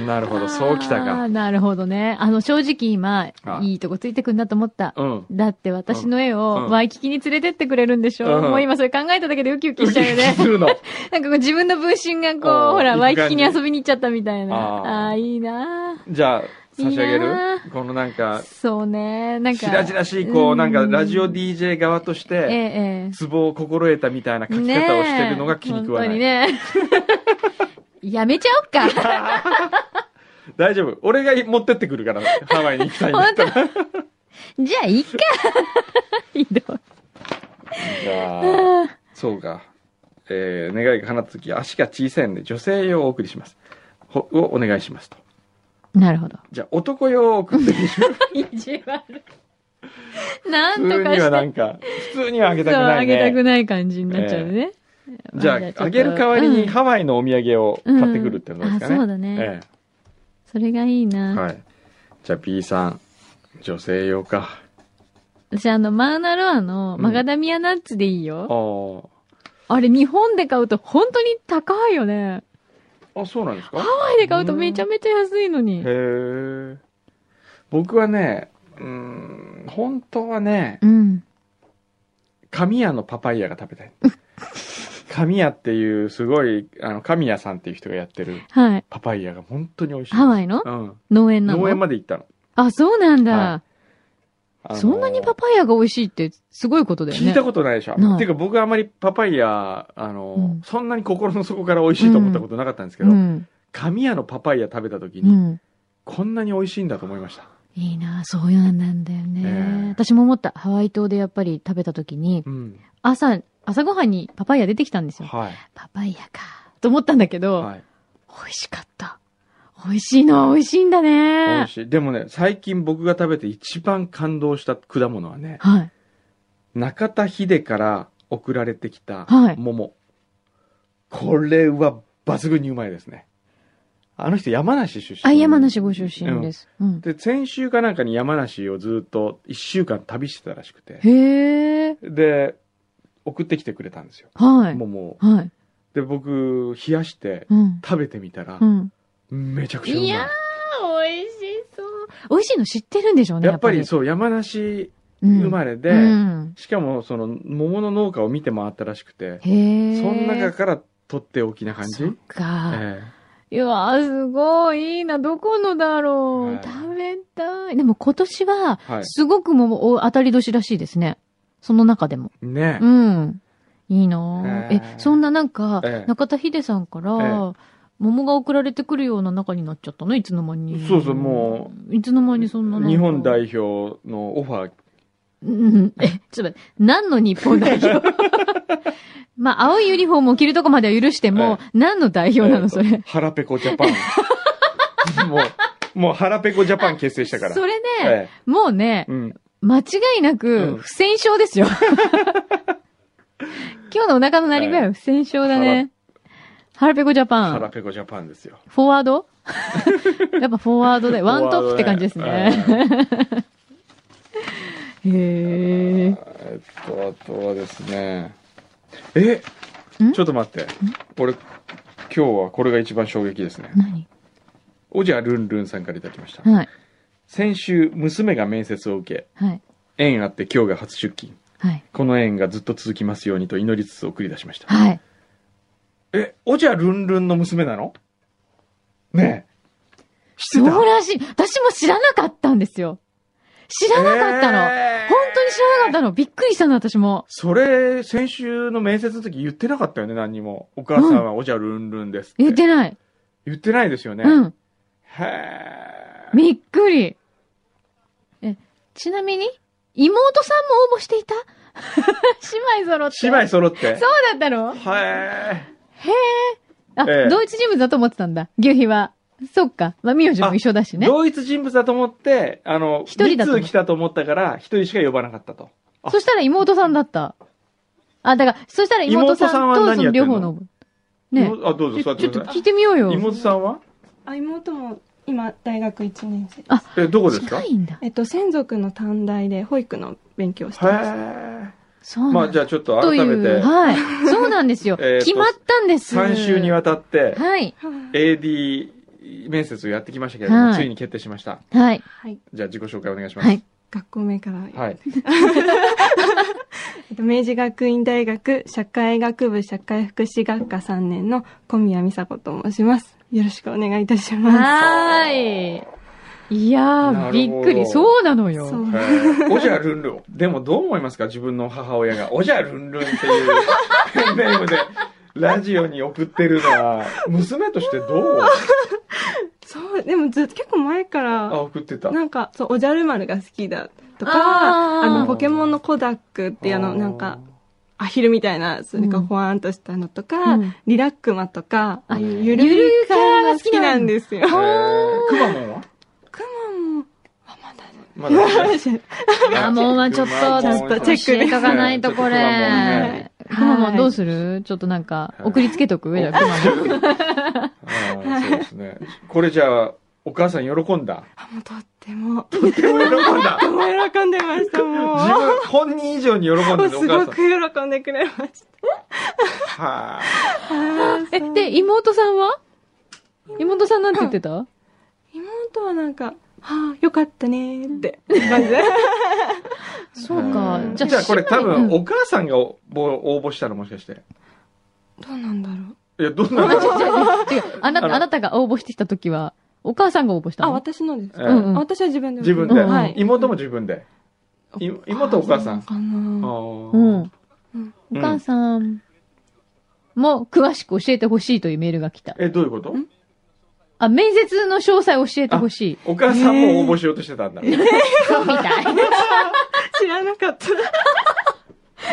S3: なるほど、そうきた
S4: あ
S3: か。
S4: ーなるほどね。あの、正直今
S3: あ、
S4: いいとこついてくんなと思った。
S3: うん。
S4: だって私の絵
S3: う
S4: を
S3: ん
S4: ワイキキに連れてってくれるんでしょ、
S3: うん
S4: もう今それ考えただけでウキウキしちゃうよ
S3: す
S4: ね。
S3: るの。
S4: なんかこう自分の分身が
S3: あ
S4: こ
S3: ー
S4: う、ほら、
S3: い
S4: ワ
S3: い感
S4: イ
S3: じ
S4: キキに遊びに行っちゃったみたいな。
S3: あー
S4: ああー、いいな
S3: じゃあ、差し上げ
S4: いい
S3: る
S4: な
S3: このなんか
S4: ー、そうね。なんか。
S3: しらじらしい、こう、なんか、ラジオ
S4: で
S3: DJ 側とし
S4: ええ
S3: て、
S4: ええ
S3: ツボを心得たみたいな書き方をしてるのが気に食わない。
S4: ねえ 本当にね。やめちゃおっ か。
S3: 大丈夫。俺が持ってってくる から、ハワイに行きたいんだ
S4: 本
S3: ったら。
S4: 当じゃあ、いっか。 ひどい。
S3: じゃあ、そうか。えー、願いが放つとき、足が小さいので、女性用をお送りします。ほをお願いしますと。
S4: なるほど。
S3: じゃあ、男用を送ってき て
S4: 意地悪。なん
S3: 普
S4: と
S3: 通
S4: か
S3: には
S4: して
S3: なんか、普通にはあげたく
S4: そう、
S3: な
S4: あ
S3: い
S4: げたく
S3: ね。
S4: ない感じになっちゃうね。
S3: じゃ
S4: まちょっと
S3: あ、あげる代わり
S4: う
S3: に
S4: ん
S3: ハワイのお土産を買ってくるってことですかね。
S4: うんあそうだね
S3: ええ
S4: それがいいな。
S3: はい。じゃあ B さん、女性用か。
S4: 私、あの、マウナロアの
S3: うん
S4: マガダミアナッツでいい
S3: あ
S4: よ。
S3: ー
S4: あれ、日本で買うと本当に高いよね。
S3: あ、そうなんですか
S4: ハワイで買うとめちゃめちゃ安いのに。
S3: へえ。僕はね、うーん、本当はね、
S4: うん。
S3: 神谷のパパイヤが食べ たい。神谷っていうすごい、あの、神谷さんっていう人がやってる
S4: はい。
S3: パパイヤが本当に美味しいです。
S4: ハワイの
S3: うん。
S4: 農園なの
S3: 農園まで行ったの。
S4: あ、そうなんだ。
S3: はあのー
S4: そんなにパパイヤが美味しいってすごいことだよね。
S3: 聞いたことないでしょ。
S4: ない
S3: ていうか僕はあまりパパイヤ、あのー、
S4: うん
S3: そんなに心の底から美味しいと思ったことなかったんですけど、
S4: うん。
S3: 神谷のパパイヤ食べた時
S4: う
S3: に、
S4: ん。
S3: こんなに美味しいんだと思いました。
S4: いいなそういうのなんだよね
S3: え。え
S4: 私も思った。ハワイ島でやっぱり食べた時に、
S3: うん。
S4: 朝、朝ごはんにパパイヤ出てきたんですよ。
S3: はい。
S4: パパイヤか。と思ったんだけど、
S3: はい。
S4: 美味しかった。美味しいのは美味しいんだ
S3: 美
S4: ね
S3: 味。しい。でもね、最近僕が食べて一番感動した果物はね、
S4: はい。
S3: 中田秀から送られてきた
S4: はい
S3: 桃。これは抜群にうまいですね。あの人山梨出身。
S4: あ、山梨ご出身です。うん。
S3: で、先週かなんかに山梨をずっと一週間旅してたらしくて、
S4: へえ。
S3: で、送ってきてくれたんですよ。
S4: はい。
S3: 桃を。
S4: はい。
S3: で、僕、冷やして
S4: うん。
S3: 食べてみたら
S4: う、ん。
S3: めちゃくちゃうまい。
S4: いや美味しそう。美味しいの知ってるんでしょうね。
S3: やっぱ
S4: や
S3: り
S4: っぱ
S3: そう、山梨
S4: り
S3: 生まれで、
S4: うん。
S3: しかもその桃の農家を見て回ったらしくて、
S4: へえ。
S3: その中から取っておきな感じ、
S4: そっか。
S3: え
S4: いやー、すごい、いいな。どこのだろう。
S3: はい
S4: 食べたい。でも今年は、
S3: はい
S4: すごくもう、お当たり年らしいですね。その中でも。
S3: えね
S4: う
S3: え、
S4: ん。いいなー
S3: へ
S4: え
S3: ー
S4: そんななんか、
S3: ええ
S4: 中田秀さんから、
S3: え
S4: 桃が送られてくるような中になっちゃったのいつの間に。
S3: そうそうも
S4: う。いつの間にそんななんか
S3: 日本代表のオファー
S4: うん、え、ちょっと待って、何の日本代表 まあ、青いユニフォームを着るとこまでは許しても、何の代表なのそれ。
S3: 腹ペコジャ パンもうもう腹ペコジャパン結成したから
S4: それね、
S3: え
S4: もうね
S3: え、うん、
S4: 間違いな
S3: う
S4: く、
S3: ん
S4: 不戦勝です よ。今日のお腹の鳴り具合は不戦勝だね。ハラペコジャパ
S3: 腹
S4: ン。
S3: ペコジャパンですよ
S4: フォワー ドやっぱフォワードで、ワントップって感じですね。へ
S3: え
S4: え。
S3: えっとあとはですねえ
S4: ん
S3: ちょっと待って俺今日はこれが一番衝撃ですね
S4: 何
S3: おじゃルンルンさんからいただきました
S4: はい。
S3: 先週娘が面接を受
S4: はい。
S3: け縁あって今日が初出勤
S4: はい。
S3: この縁がずっと続きますようにと祈りつつ送り出しました
S4: はい。
S3: えおじゃルンルンの娘なのねえ知
S4: そ
S3: ってた
S4: うらしい。私も知らなかったんですよ。知らなかったの。
S3: えー
S4: 本当に知らなかったの。びっくりしたの、私も。
S3: それ先週の面接の時言ってなかったよね何にもお母さんはおじゃルンルンですって
S4: 言ってない。
S3: 言ってないですよね、
S4: うん。
S3: へえ
S4: びっくり。え、ちなみに、妹さんも応募していた 姉妹揃って。
S3: 姉妹揃って
S4: そうだったの
S3: へえ
S4: あ、
S3: ええ
S4: 同一人物だと思ってたんだ。牛皮は。そっか。まあ、名字も一緒だしね。
S3: 同一人物だと思ってあの
S4: 一人だと思う
S3: 二通来たと思ったから一人しか呼ばなかったとあ
S4: そしたら妹さんだった。あ、だから、そしたら妹さん
S3: 妹さんは
S4: と
S3: 何
S4: その
S3: やってんの
S4: 両方の応募。ね
S3: 妹あ、どうぞ
S4: ち
S3: 座
S4: ょ
S3: って
S4: ちょっ
S3: くだ
S4: と
S3: さ
S4: 聞いてみよう
S3: い。
S4: よ。
S3: 妹さんは
S5: あ妹も今大学1年生です
S4: あ
S3: え、どこですか
S4: 近いんだ。
S5: えっと専属の短大で保育の勉強をしてます
S3: へ
S4: そう
S3: え。
S4: なん
S3: まあ、じゃあちょっと改め
S4: という
S3: て、。
S4: はい。そうなんですよ
S3: えーと
S4: 決まったんです。
S3: 3週にわたって、
S4: はい。
S5: はい
S3: AD 面接をやってきましたけれども、
S4: はい
S3: ついに決定しました。
S4: はい。
S5: はい
S3: じゃあ自己紹介お願いします。
S4: はい。
S5: 学校名から、
S3: はい。
S5: えっと明治学院大学社会学部社会福祉学科3年の小宮美佐子と申しますよろしくお願いいたしま
S4: はーい。いや
S3: なるほど
S4: ー、びっくり。そうなの
S5: す
S4: よ。
S5: そう
S3: へーおじゃるんるん。でもどう思いますか自分の母親が。おじゃるんるんっていうペンネームでラジオに送ってるのは、娘としてどう
S5: そうでもずっと結構前か
S3: あ、
S5: ら
S3: 送ってた。
S5: なんかそうおじゃる丸が好きだとか
S4: あ
S5: あ
S4: ー
S5: のポケモンのコダックっていうあのなんかアヒルみたいな、それか
S4: うん
S5: ほわーんとしたのとか、
S4: うん
S5: リラックマとか、
S3: あ
S5: ああいう
S3: ゆ
S5: ゆ
S4: る
S5: る
S4: ゆる
S5: キャラが好き
S4: な
S5: なんん
S4: で
S5: ですよ
S3: へ。ー。くまモンは
S5: クマも、あ、まだ
S3: まだね、
S4: あ、もうまあちょっと、
S5: ちゃんとチェック
S4: 教えとかないと、
S3: ちょっと
S4: こ
S3: くまモンね
S4: れ。くまモンどうするちょっとなんか、送りつけとく上だ、くまモン。
S3: あーそうですね。これじゃあ、お母さん喜んだ。
S5: あ、もうとっても、と
S3: とても喜んだ。
S5: っても喜んでました、
S3: 自
S5: もう。
S3: 分、本人以上に喜んでる、お
S5: すご
S3: 母さん。
S5: く喜んでくれまし
S3: はあ。
S5: た。
S4: え、で、妹さんは妹さんなんて言ってた
S5: 妹はなんか、はあ、よかったねーって感じで。
S4: そうか
S3: う。ん
S4: じゃあ、
S3: じゃあこれ多
S4: 姉
S3: 分、
S4: 妹、
S3: お母さんが応募したのもしかして。
S5: どうなんだろう。
S3: いや、ど んなの
S4: うん違う違う違うあな
S3: あの
S4: た、あなたが応募してきた時は、お母さんが応募した
S5: あ、
S4: の
S5: 私のですか、
S3: ええ
S4: うんうん
S5: あ私は自分で。
S3: 自分で、
S4: うん
S5: はい。
S3: 妹も自分で。い妹お母さん。
S5: かな
S4: う。
S3: うんん。
S4: お母さんも詳しく教えてほしいというメールが来た。
S3: え、どういうこと
S5: ん
S4: あ、面接の詳細教えてほしい。
S3: お母さんも応募しようとしてたんだ。
S4: みたい。
S5: 知らなかった。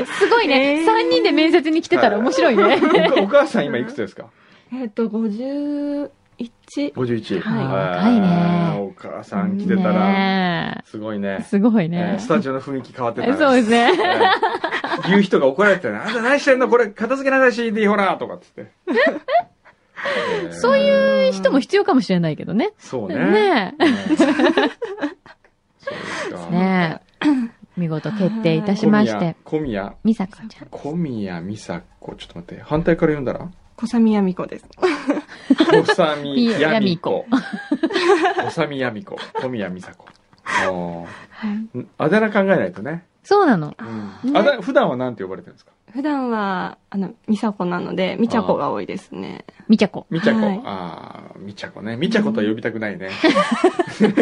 S4: すごいね。
S5: えー
S4: 3人で面接に来てたら面白いね。
S3: おお母さん今いくつですか
S5: えっと、51。
S3: ?51。
S5: はい
S4: 若いね
S3: へーお母さん来てたら、
S4: ね
S3: すごい
S4: え
S3: ね。
S4: すごい
S3: えー
S4: ね。
S3: スタジオの雰囲気変わってたね
S4: そうですね。
S3: えー言う人が怒られてたね。あんた何してんのこれ片付けなさい CD ほらとかっつって。えー
S4: そういう人も必要かもしれないけどね。
S3: そうね。
S4: ね
S3: うんそうですか
S4: え。。ねえ。見事決定いたし
S3: 小
S4: まして
S3: 宮、。小宮、
S4: 美坂ちゃん。
S3: 小宮美佐子。ちょっと待って。反対から読んだ ら
S5: 小雨やみ子です。
S3: 小さみやみこ
S4: や。
S3: 小さみやみこ。小宮美佐子。あ
S5: はい。
S3: ーんあだ名考えないとね。
S4: そうなの。
S3: うんあだ普段は何て呼ばれてるんですか
S5: 普段は、あの、美佐子なので、美茶子が多いですね。
S4: みちゃこ。
S3: みちゃこ。
S5: はい
S3: ああ、みちゃこね。みちゃことは呼びたくないね。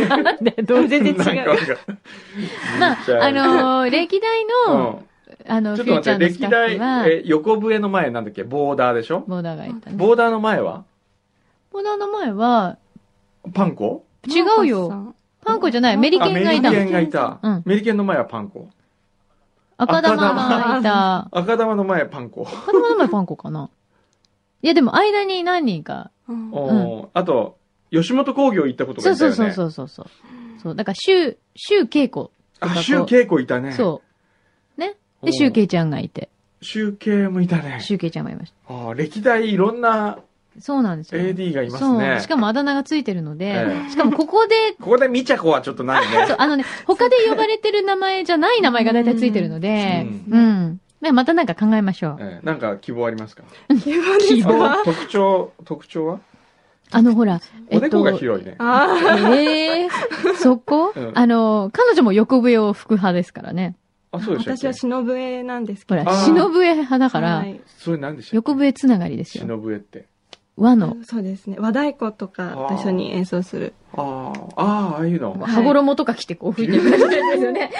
S4: なん で、どう
S5: 全然違う
S3: なんかわかんない
S4: まあ
S3: みちゃ、こ
S4: あのー、歴代の、
S3: う
S4: あの、
S3: ん、ち
S4: フ
S3: ょっと
S4: ューチャーのスタッ
S3: 待って、歴代
S4: フは、、
S3: え横笛の前なんだっけボーダーでしょ
S4: ボーダーがいたね。
S3: ボーダーの前は
S4: ボーダーの前は、
S3: パンコ
S4: 違うよ。。パンコじゃない、メリケ
S3: あ、
S4: ン
S3: メ
S4: がい
S3: リ
S4: た
S3: ケ
S4: の。
S3: ンがいた
S4: うん。
S3: メリケンの前はパンコ。
S4: 赤玉がいた。
S3: 赤玉の前はパンコ。
S4: 赤玉の前パンコかな。いや、でも間に何人か。
S5: うん
S3: おーあと、吉本興業行ったことが
S4: そ
S3: いうた
S4: そ
S3: よ
S4: う
S3: ね。
S4: そうそうそう。そう、だから、周、周恵子。
S3: あ、シュウケイコいたね。
S4: そう。ね。で、周恵ちゃんがいて。
S3: シュウケイもいたね。
S4: 周恵ちゃんがいまし
S3: あー歴代いろんな
S4: た。そうなんですよ。
S3: AD がいます
S4: そう。
S3: ね。
S4: しかもあだ名がついてるので、
S3: ええ
S4: しかもここで、
S3: ここでみちゃこはちょっとないね。
S4: そう、あのね、他で呼ばれてる名前じゃない名前が大体ついてるので、
S3: う
S4: う
S3: ん
S4: ん。ねまたなんか考えましょう。
S3: ええなんか希望ありますか
S4: 希望。
S3: あ特徴、特徴は
S4: あの、ほら、
S3: おでこが広いね。
S5: ああ、
S4: ええそこ、
S3: うん
S4: あの、彼女も横笛を吹く派ですからね。
S3: あ、そうでしたっ
S5: 私は
S3: け
S5: 忍笛なんです
S4: ほ
S5: け
S4: ら
S5: ど。
S3: あ、ー
S4: 忍笛派だから、
S5: はい
S3: それ何でしたっけ
S4: 横笛つながりですよ。
S3: 忍笛って。
S4: 和の、
S5: そうですね。和太鼓とかと一緒に演奏する。
S3: ああ、ああ、ああい うの。
S4: 羽衣とか着てこう吹いてる感じですよね。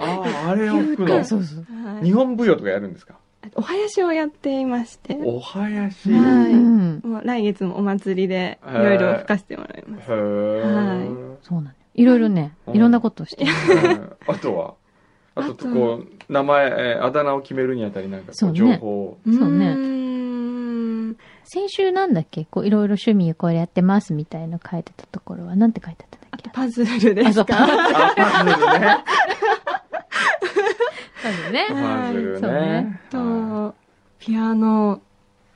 S3: ああ、あれを吹くの。
S4: そうそう。
S5: はい
S3: 日本舞踊とかやるんですか
S5: お囃子をやっていまして、
S3: お囃子。
S5: は
S3: へ
S5: い
S4: うん。
S5: もう来月もお祭りで
S3: へ
S5: い
S3: ー
S5: ろいろ吹かせてもらいます。
S3: え。
S4: そうなのよ。いろいろね、
S3: うん
S4: いろんなことをしてる。
S3: うんあとはあ
S5: あと
S3: とこう、名前、えーあだ名を決めるにあたりなんか
S4: そ
S3: こ
S4: う
S3: う
S4: ね
S3: 情報を。
S4: そうね
S5: ーん
S4: 先週なんだっけこう、いろいろ趣味これやってますみたいの書いてたところは、なんて書いてあったんだっけ
S5: パズルで
S4: あ、そ
S5: す
S4: うか。
S5: か。
S3: あ、パズルね。
S4: そうだよね。
S3: パズル
S4: そうね
S3: ね。
S5: と、ピアノ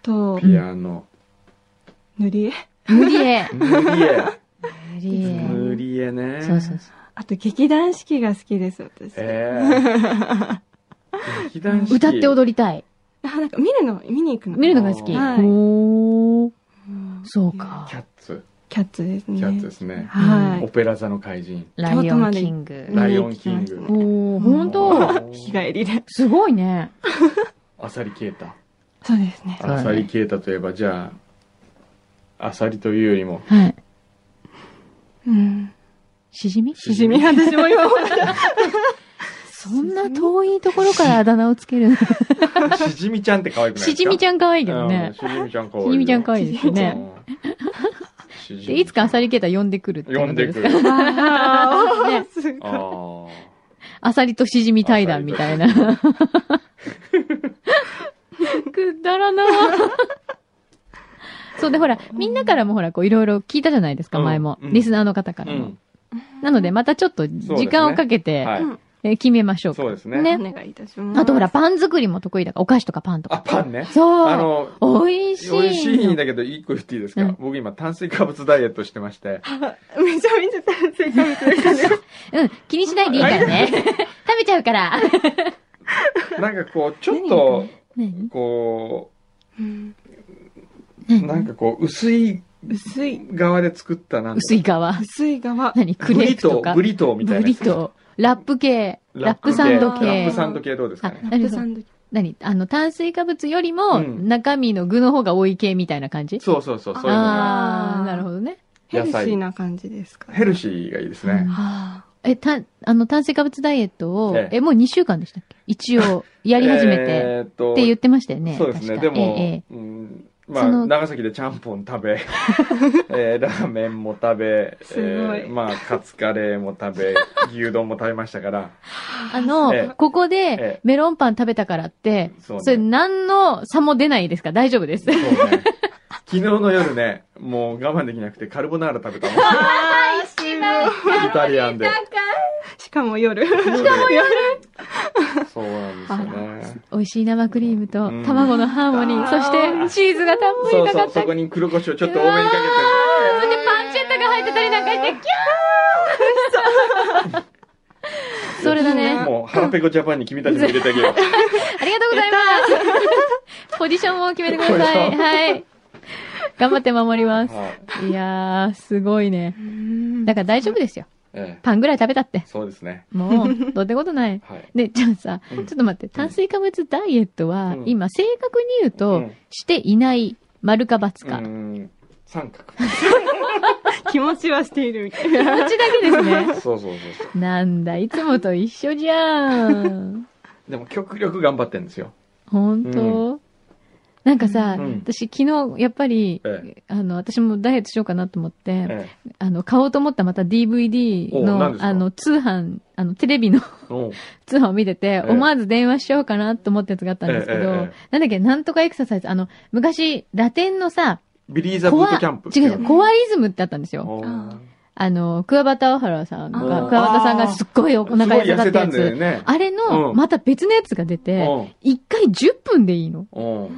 S5: と、
S3: ピアノ。
S5: 塗り絵。
S4: 無理え。
S3: 塗り 絵。
S4: 無理え。
S3: 塗り絵ね。
S4: そうそうそ
S5: あと劇団四季が好きです、私。
S3: えー 劇団四季
S4: う。歌って踊りたい。
S5: あ、なんか見るの、見に行くの。
S4: 見るのが好き。
S5: はい
S4: おー。
S5: うん
S4: そう。か
S3: キ。ャッツ。
S5: キャッツですね。
S3: キャッツですね。
S5: は
S3: オ
S5: い。
S3: ペラ座の怪人。
S4: ライオンキング。
S3: ライオンキン
S5: 見に行きま
S3: グ。
S4: おー、ほんと。
S5: 日帰りで。
S4: すごいね。
S3: アサリケータ。
S5: そうですね。
S4: うだね
S3: アサリケータといえば、じゃあ、アサリというよりも、
S4: はい。
S5: うん。
S4: しじみ
S5: しじみ、私も今思った。
S4: そんな遠いところからあだ名をつけるの。
S3: しじみちゃんって可愛くないですか
S4: しじみち
S3: ゃん
S4: ゃん可愛いけどね。
S3: しじみちゃん可
S4: し
S3: 愛いよ。
S4: じみちゃん可愛いですよ ね。
S3: うん。しじ
S4: で、
S3: み
S4: いつかアサリケータ呼んでくるってこと
S3: 呼んでくる。
S4: ね
S5: すごい。
S3: あー
S4: アサリとしじみ対談みたいな。くだらなそうで、ほら、みんなからもほら、こう、いろいろ聞いたじゃないですか、
S3: うん
S4: 前も。
S3: うん
S4: リスナーの方から
S3: う
S4: も。
S3: ん。
S4: なので、またちょっと時間をかけて、
S3: はい。
S4: えー決めましょうか
S3: そうですね。
S4: ね
S5: お願いいたします。
S4: あとほら、、パン作りも得意だから、お菓子とかパンと
S3: あ、
S4: か。
S3: パンね。あ
S4: そう。
S3: の、
S4: 美味しいの。
S3: 美味しいんだけど、一個言っていいですか、
S4: うん
S3: 僕今、炭水化物ダイエットして まして。
S5: めちゃめちゃ炭水化物ですね。
S4: うん、気にしないでいいからね。食べちゃうから。
S3: なんかこう、ちょっと、
S4: 何
S3: こ
S5: うん
S3: う、なんかこう、薄い
S5: 薄い。
S3: 側で作ったなんか
S4: 薄い側。
S5: 薄い側。
S4: 何ク
S3: ブ
S4: レー
S3: リ
S4: プと
S3: ト
S4: か。
S3: ー、ブリトーみたい
S4: ブ
S3: なや
S4: リ
S3: つ。
S4: トーラップ系。ラップサンド
S3: ラッ
S4: 系
S3: プ。サンド系どうですか
S4: あ
S3: ね。、
S4: なるほ
S5: サ
S4: ど。
S5: ンド
S4: 何あの、炭水化物よりも、
S3: うん
S4: 中身の具の方が多い系みたいな感じ
S3: そうそうそう、そういうのが。
S4: あ
S5: あ
S4: ー、
S5: ー
S4: なるほどね。
S5: ヘルシーな感じですか
S3: ヘルシーがいいですね。
S5: は
S4: え、た、あの、炭水化物ダイエットを、
S3: え
S4: え
S3: え
S4: もう2週間でしたっけ一 応、やり始めて、
S3: えーっと
S4: って言ってましたよね。
S3: そうですね。
S4: 確
S3: で
S4: か
S3: も、
S4: えええ
S3: うん
S4: そ
S3: まあ、
S4: の
S3: 長崎でちゃんぽん 食べ、えーラーメンも食べ、え
S5: すごい
S3: ーまあ、カツカレーも食べ、牛丼も食べましたから、
S4: えあの、
S3: ええ
S4: ここ
S3: え
S4: で、メロンパン食べたからって、
S3: そうね
S4: それ何の差も出ないですか大丈夫です。
S3: そうね。昨日の夜ね、もう我慢できなくてカルボナーラ食べたも
S5: あー、し
S3: ん。イタリアンで。
S5: しか も夜。
S3: しかも夜そうなんですよね。
S4: 美味しい生クリームと
S3: うん、
S4: 卵のハーモニー、
S5: あ
S4: そ
S5: ー
S4: して、チーズがたっぷ
S3: そ
S4: り
S3: う
S4: か
S3: そ
S4: か
S3: う、
S4: っ
S3: そ
S4: た。
S3: こに黒胡椒ちょっと多めにか
S4: それでパンチェッタが入ってたりなんかして、キャ ー それだ
S3: けて、
S4: ね。
S3: もう腹ペコジャパンに君たちも入れてあげよう。
S4: ありがとうございます。ポジションを決めてくださ
S3: ポジ
S4: い。
S3: ショ
S4: はい。頑張って守ります。
S3: は い
S4: いやー、すごいね。だから大丈夫ですよ。
S3: ええ
S4: パンぐらい食べたって。
S3: そうですね。
S4: もう、どうってことない。
S3: はい。
S4: で、じゃあさ、
S3: うん
S4: ちょっと待って、炭水化物ダイエットは、
S3: うん
S4: 今、正確に言うと、
S3: うん
S4: していない、丸か×
S3: う
S4: か。
S3: ん。三角。
S5: 気持ちはしているみたいな。
S4: 気持ちだけです ね。
S3: そうそうそうそう。
S4: なんだ、いつもと一緒じゃん。
S3: でも極力頑張ってんですよ。
S4: 本当、なんかさ、
S3: うん
S4: 私昨日やっぱり、
S3: え
S4: あの、私もダイエットしようかなと思って、
S3: え
S4: あの、買おうと思ったまた DVD
S3: お何
S4: の
S3: です、か
S4: あの、通販、あの、テレビの
S3: え。おう
S4: 通販を見てて
S3: え、
S4: 思わず電話しようかなと思ったやつがあったんですけど、
S3: ええええ
S4: なんだっけ、なんとかエクササイズ、あの、昔、ラテンのさ、
S3: ビリーザブ
S4: コ
S3: ート
S4: ア、
S3: キャンプ。
S4: 違う違う、コアリズムってあったんですよ。
S3: おう
S4: あの、クワバタオハラさんが、ク
S3: うん
S4: ワバタさんがすっごいお
S3: すごい
S4: 腹痩せた
S3: 痩
S4: っ
S3: せ
S4: て
S3: た
S4: や
S3: んだよ
S4: つ。
S3: ね。
S4: あれの、
S3: うん
S4: また別のやつが出て、
S3: おう
S4: 一回10分でいいの
S3: おう
S4: っ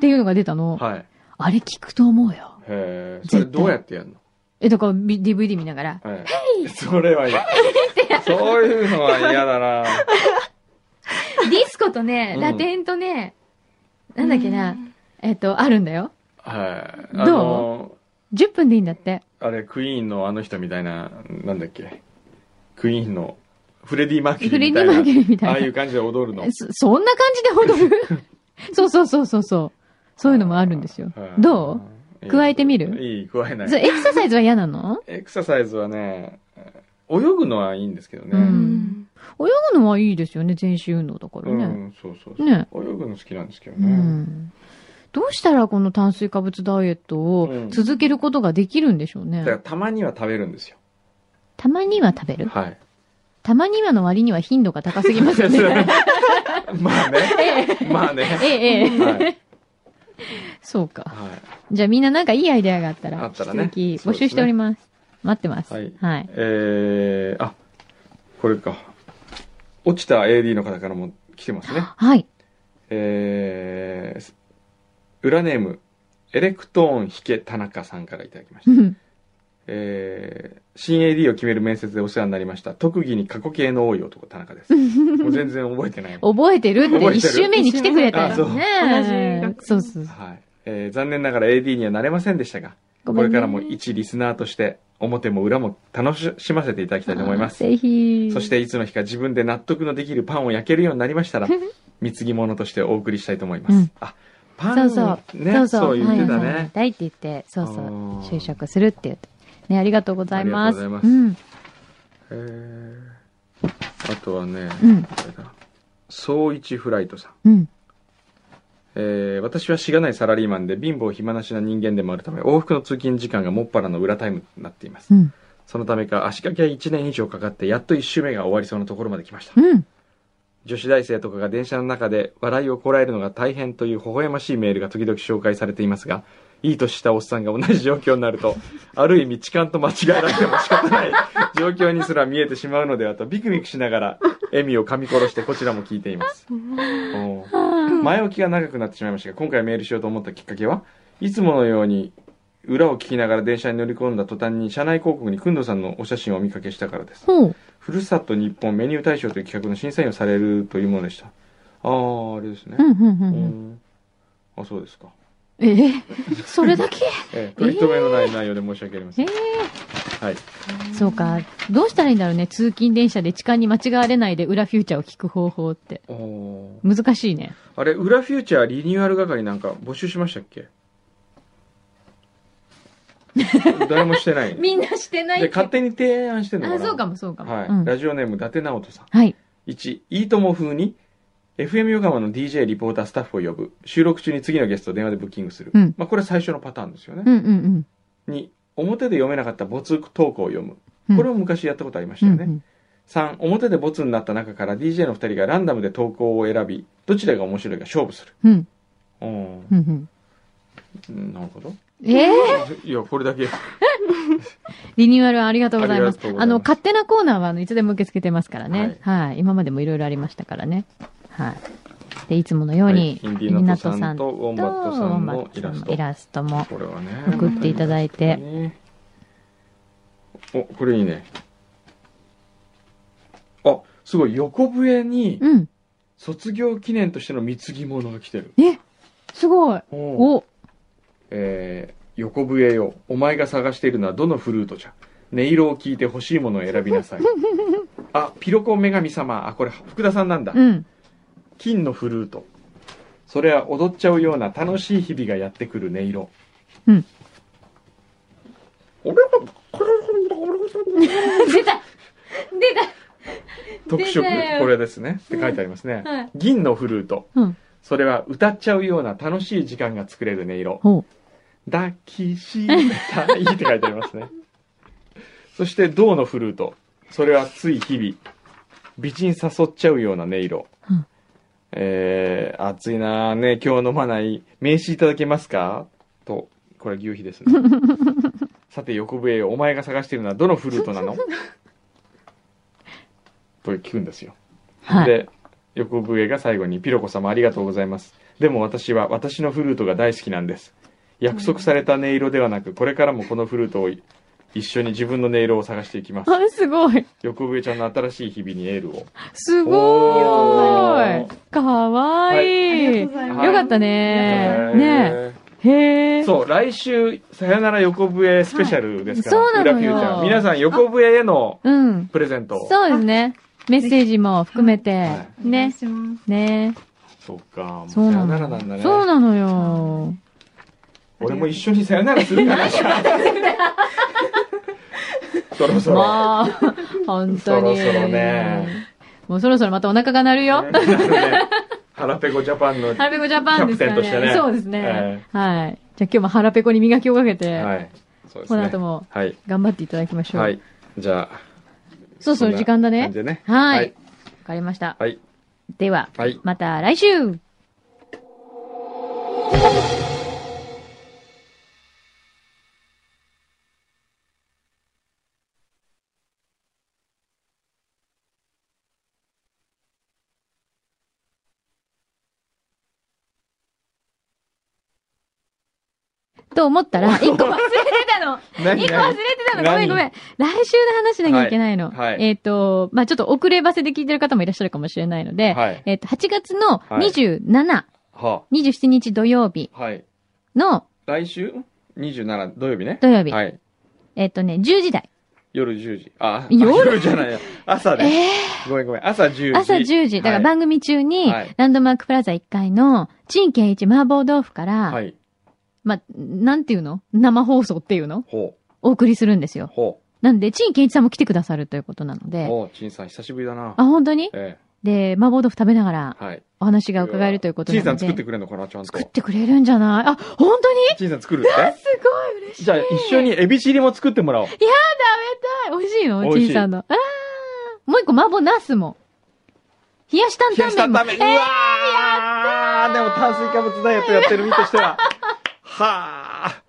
S4: ていうのが出たの。
S3: はい。
S4: あれ聞くと思うよ。
S3: へえ。それどうやってやるの
S4: え、だから B- DVD 見ながら。
S3: ええそれ は嫌。そういうのは嫌だな。
S4: ディスコとね
S3: う、ん
S4: ラテンとね、なんだっけな、えっと、あるんだよ。
S3: はい。
S4: どう
S3: あの、
S4: 10分でいいんだって。
S3: あれ、クイーンのあの人みたいな、なんだっけ。クイーンのフレディ・マーキュ
S4: フレ
S3: リー
S4: デ
S3: みたい
S4: ィ・
S3: な。
S4: マーキュリーみた
S3: ああい
S4: いう
S3: 感じで踊るの
S4: な。。そそんな感じで踊る そうそうそうそうそう。そういうのもあるんですよ
S3: は。い
S4: ど
S3: いい
S4: 加えてみる
S3: いい、加えな
S4: う
S3: い
S4: そ。うエクササイズは嫌なの
S3: エクササイズはね、泳ぐのはいいんですけどね。
S4: う
S5: うんん。
S4: 泳ぐのはいいですよね、全身運動だから
S3: う
S4: ね。
S3: ん、そうそうそう。
S4: ね。
S3: 泳ぐの好きなんですけど
S4: う
S3: ね。
S4: ん。どうしたらこの炭水化物ダイエット
S3: う
S4: を
S3: ん
S4: 続けることができるんでしょうね
S3: だか。らたまには食べるんですよ。
S4: たまには食べる。
S3: はい。
S4: たまにはの割には頻度が高すぎますよね。
S3: まあね。まあ
S4: え
S3: ね。
S4: え、ええ。
S3: はい。
S4: そうか。
S3: はい。
S4: じゃあみんななんかいいアイデアがあったら、
S3: あったらね
S4: 引き続き募集しております。待ってます。
S3: はい
S4: はい。
S3: えー、あ、これか。落ちた AD の方からも来てますね。
S4: はい。
S3: えー、裏ネーム、エレクトーン引け田中さんからいただきました。
S4: うん
S3: えー新 AD を決める面接でお世話になりました。特技に過去形の多い男、田 中です。もう全然覚えてないも ん。
S4: 覚えてるっ
S3: 覚えて
S4: て
S3: る
S4: 一周目に来てくれたよ
S5: あそう同じ
S4: ね
S5: 学。
S4: そうそうそう。
S3: はい。えー残念ながら AD にはなれませんでしたが、
S4: ご
S3: こ
S4: め
S3: れ
S4: んね
S3: からも一リスナーとして、表も裏も楽しませていただきたいと思います
S4: あ。ーぜひ。
S3: そし、ていつの日か自分で納得のできるパンを焼けるようになりましたら、貢ぎ物としてお送りしたいと思います。
S4: うん
S3: あ、パン
S4: そう
S3: ね、
S4: そ
S3: そ
S4: そ
S3: うう
S4: う。
S3: 言ってた
S4: パン屋さんになり
S3: ね。
S4: たいって言って、そうそ
S3: あ
S4: う。
S3: ー
S4: 就職するって言って。ね、ありがとうございます。
S3: ありがとうござい
S4: うん。
S3: えーあとはね、
S4: うん
S3: あれだ総一フライトさん。
S4: うん。
S3: えー私はしがないサラリーマンで貧乏暇なしな人間でもあるため往復の通勤時間がもっぱらの裏タイムになっています、
S4: うん。
S3: そのためか足掛けは1年以上かかってやっと1周目が終わりそうなところまで来ました、
S4: うん。
S3: 女子大生とかが電車の中で笑いをこらえるのが大変という微笑ましいメールが時々紹介されていますがいい年したおっさんが同じ状況になるとある意味痴漢と間違えられても仕方ない状況にすら見えてしまうのではとビクビクしながら笑みを噛み殺してこちらも聞いていますおー前置きが長くなってしまいましたが今回メールしようと思ったきっかけはいつものように裏を聞きながら電車に乗り込んだ途端に車内広告にくんどさんのお写真をお見かけしたからです
S4: ほう。
S3: ふるさと日本メニュー大賞という企画の審査員をされるというものでした。ああ、あれですね
S4: う。ん、うん、うん
S3: う
S4: うん。
S3: んあ、そうですか。
S4: ええ それだけ
S3: ええ、取り留めのない内容で申し訳ありませ
S4: え
S3: ん。
S4: え
S3: はい。
S4: そうか。どうしたらいいんだろうね。通勤電車で痴漢に間違われないで裏フューチャーを聞く方法って。
S3: おー
S4: 難しいね。
S3: あれ、裏フューチャーリニューアル係なんか募集しましたっ け誰もしてない。で、
S4: みんなしてない
S3: 勝手に提案してんのか
S4: あ、
S3: な
S4: そうかも、そうかも。
S3: はい。
S4: うん
S3: ラジオネーム、伊達直人さん。
S4: はい。
S3: 1、いいとも風に、FM 横浜の DJ リポータースタッフを呼ぶ。収録中に次のゲストを電話でブッキングする。
S4: うん
S3: まあ、これは最初のパターンですよね。
S4: うん、うん、
S3: 2表で読めなかった没投稿を読む
S4: うん
S3: これも昔やったことありまし
S4: う
S3: た
S4: ん。
S3: よ
S4: うん
S3: ね、3表で没になった中から DJ の2人がランダムで投稿を選びどちらが面白いか勝負する
S4: うん、
S3: う
S4: うん、うん。
S3: んなるほど
S4: ええ
S3: いやこれだけ
S4: リニューアルありがとうございます
S3: ありがとう。ござ
S4: あ
S3: います
S4: の、勝手なコーナーはあのいつでも受け付けてますからね。はい。今までもいろいろありましたからね。はい。で、いつものよう
S3: はい
S4: に
S3: イ、ンディーナットさんとウォン
S4: と
S3: バットさんのイラスト
S4: イラストも
S3: これはね
S4: 送っていただいて。
S3: おこれいいねあすごい横笛に
S4: うん。
S3: 卒業記念としての貢ぎ物が来てる
S4: すごい。
S3: おー
S4: お、
S3: えー横笛よお前が探しているのはどのフルートじゃ音色を聞いて欲しいものを選びなさいあピロコ女神様あこれ福田さんなんだ、
S4: うん。
S3: 金のフルートそれは踊っちゃうような楽しい日々がやってくる音色
S4: うん
S3: 俺はこれ
S4: 出た出た
S3: 特色
S4: 出たよ
S3: これですねって書いてありますね、
S4: うんはい
S3: 銀のフルート
S4: うん。
S3: それは歌っちゃうような楽しい時間が作れる音色
S4: ほ
S3: 抱きしたいって書いてありますね。 そして、銅のフルート。それはつい日々、美人誘っちゃうような音色。
S4: うん
S3: えー、暑いなあね、今日飲まない、名刺いただけますかと、これ牛皮で すね。さて、横笛よ、お前が探しているのはどのフルートな のと聞くんですよ。
S4: う。はい。
S3: で横笛が最後に「ピロコ様ありがとうございますでも私は私のフルートが大好きなんです約束された音色ではなくこれからもこのフルートをい一緒に自分の音色を探していきます
S4: あ、すごい。
S3: 横笛ちゃんの新しい日々にエールを
S4: すご
S3: お
S4: ーい。かわ
S2: あ
S4: い
S2: り
S4: い。
S2: がとう
S4: よ
S2: ございます。
S3: はい
S4: かったね。ねえ。
S3: え
S4: へえ。
S3: そう来週「さよなら横笛スペシャル」ですから、
S4: はいそうなのよ
S3: 裏フューチャー皆さん横笛への
S4: うん。
S3: プレゼントを
S4: そうですね。メッセージも含めて。ね。ね。
S3: そうかもうさ
S4: そう
S3: よ
S4: な
S3: ならな
S4: の
S3: んだね
S4: そうなのよ。
S3: 俺も一緒にさよならするから そろそろ
S4: まあ、本当に。
S3: そろそろね。
S4: もうそろそろまたお腹が鳴 るよ。
S3: ね腹ペコジャパンの、
S4: ハラペコジャパンですから
S3: キャプテンとしてね
S4: そうですね
S3: え。
S4: はい。じゃあ今日も腹ペコに磨きをかけて、
S3: はい。そうです
S4: こ
S3: ね。
S4: の後も
S3: はい。
S4: 頑張っていただきましょう。
S3: はい。じゃあ、
S4: そろそろ時間だ
S3: こんな感
S4: ね
S3: じ。でね。
S4: は
S3: はいい。
S4: わかりました。
S3: はい。
S4: では、
S3: はい
S4: また来週と思ったら、一個忘れてたの
S3: 何
S4: 一個忘れてたのごめんごめん。来週の話しなきゃいけないの。
S3: はいはい
S4: えっ、と、まあちょっと遅ればせで聞いてる方もいらっしゃるかもしれないので、
S3: はい。
S4: えっ、と、8月の
S3: はい
S4: 27、
S3: は
S4: 27日土曜日
S3: あ。はい。
S4: の
S3: 来週 ?27 土曜日ね。
S4: 土曜日、
S3: はい。
S4: えっ、とね、10時台。
S3: 夜10時。あ、
S4: 夜
S3: あじゃないや。朝
S4: え
S3: で、ごめんごめん。朝10時。
S4: 朝10時。だから番組中に
S3: はい、
S4: ランドマークプラザ1階の、陳建一麻婆豆腐か
S3: はい。は
S4: ら、
S3: い。
S4: まあ、なんていうの生放送っていうの
S3: ほう。
S4: お送りするんですよ。
S3: ほ
S4: なんで、陳建一さんも来てくださるということなの
S3: う。
S4: で、
S3: ほう。陳さん、久しぶりだな。
S4: あ、本当に
S3: え
S4: で、麻婆豆腐食べながら
S3: え。はい。
S4: お話が伺えるということな
S3: 陳
S4: ので。
S3: さん作ってくれるのかな、ちゃんと
S4: 作っ。てくれるんじゃないあ、本当に
S3: 陳さん作るって
S4: すごい嬉しい。
S3: じゃあ、一緒にエビチリも作ってもらおう。
S4: 食べたい。美味しいの
S3: 美味しい
S4: 陳さんの。あーもう一個、麻婆茄子も。冷やし担
S3: 冷やし
S4: 々麺
S3: 担
S4: も。
S3: 々麺。うわーでも炭水化物ダイエットやってる身とし ては。はあ。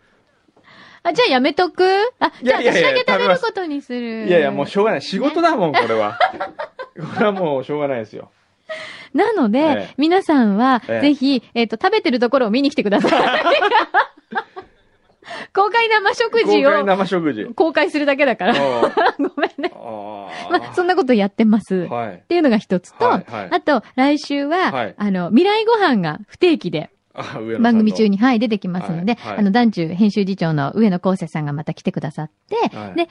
S4: あ、じゃあやめとくあ、
S3: い
S4: じゃあ
S3: やいやいや
S4: 私だけ
S3: 食
S4: 食
S3: べ
S4: べ
S3: ま
S4: る
S3: す
S4: ことにする。
S3: いやいや、もうしょうがない。仕事だもん、これ は。これはもうしょうがないですよ。
S4: なので、
S3: ええ
S4: 皆さんは、
S3: ええ
S4: ぜひ、えっ、と、食べてるところを見に来てくださ い。公開生食
S3: 公
S4: 事
S3: 開
S4: を
S3: 生 食事。
S4: 公開するだけだか
S3: あ
S4: ら。 ごめんね。
S3: あ
S4: まあ、そんなことやってます。っ
S3: はい。
S4: ていうのが一つと、
S3: はいはい
S4: あと、来週は、
S3: はい
S4: あの、未来ご飯が不定期で、
S3: あ上野さんの
S4: 番組中に、はい、出てきますので、
S3: はいはい
S4: あの、団中編集次長の上野光生さんがまた来てくださって、
S3: はい
S4: で、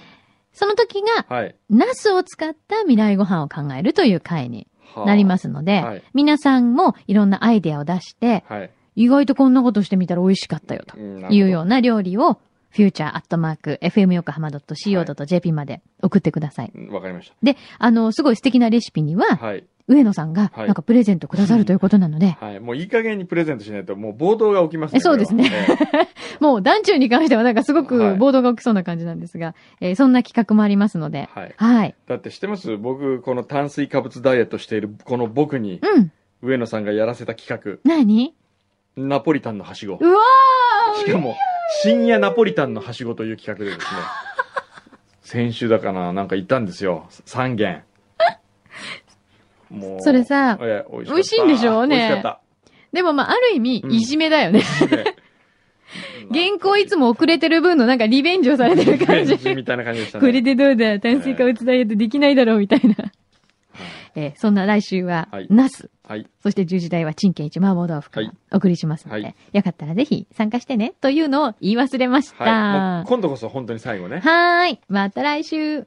S4: その時が、
S3: はい。。
S4: ナスを使った未来ご飯を考えるという回になりますすので、
S3: はい
S4: 皆さんもいろんなアイデアを出して、
S3: はい。
S4: 意外とこんなことしてみたら美味しかったよと
S3: ん
S4: いうような料理を、future.fmyokohama.co.jp まで送ってください。
S3: うんわかりまし
S4: で、あの、すごい素敵なレシピには、
S3: た。はい。
S4: 上野さんが
S3: はい
S4: なんかプレゼントくださるということなので、
S3: はい。もういい加減にプレゼントしないと、もう暴動が起きますね。
S4: えそうですね
S3: これは。え
S4: もう団中に関してはなんかすご
S3: は
S4: く
S3: い
S4: 暴動が起きそうな感じなんですが、えーそんな企画もありますの
S3: え
S4: で、
S3: はい。
S4: はい。
S3: だって知ってます僕、この炭水化物ダイエットしている、この僕に、
S4: うん。
S3: 上野さんがやらせた企
S4: 何
S3: 画、ナポリタンのはしご。
S4: うわ
S3: しかも、深夜ナポリタンのはしごという企画でですね、先週だかな、なんか行ったんですよ。3軒。もう。
S4: それさ
S3: ええ、美味しかった
S4: 美味しいんでしょうね
S3: 美味しかっ
S4: ーでもまあ、ある意味
S3: う、ん
S4: いじめだよ ね。
S3: た。 で
S4: 原稿いつも遅れてる分のなんかリベンジをされてる感
S3: リ
S4: じ。
S3: ベンジみたいな感じでしたね。
S4: これでどうだ炭水化物ダイエットできないだろうみたいな。えーそんな来週は
S3: はい、
S4: ナス、
S3: はい。
S4: そして10時台は陳建一麻婆豆腐か
S3: は
S4: ら
S3: い
S4: お送りしますので、
S3: はい
S4: よかったらぜひ参加してね、というのを言い忘れました。
S3: はい。も
S4: は
S3: う今度こそ本当に最後ね。
S4: ーい。また来週。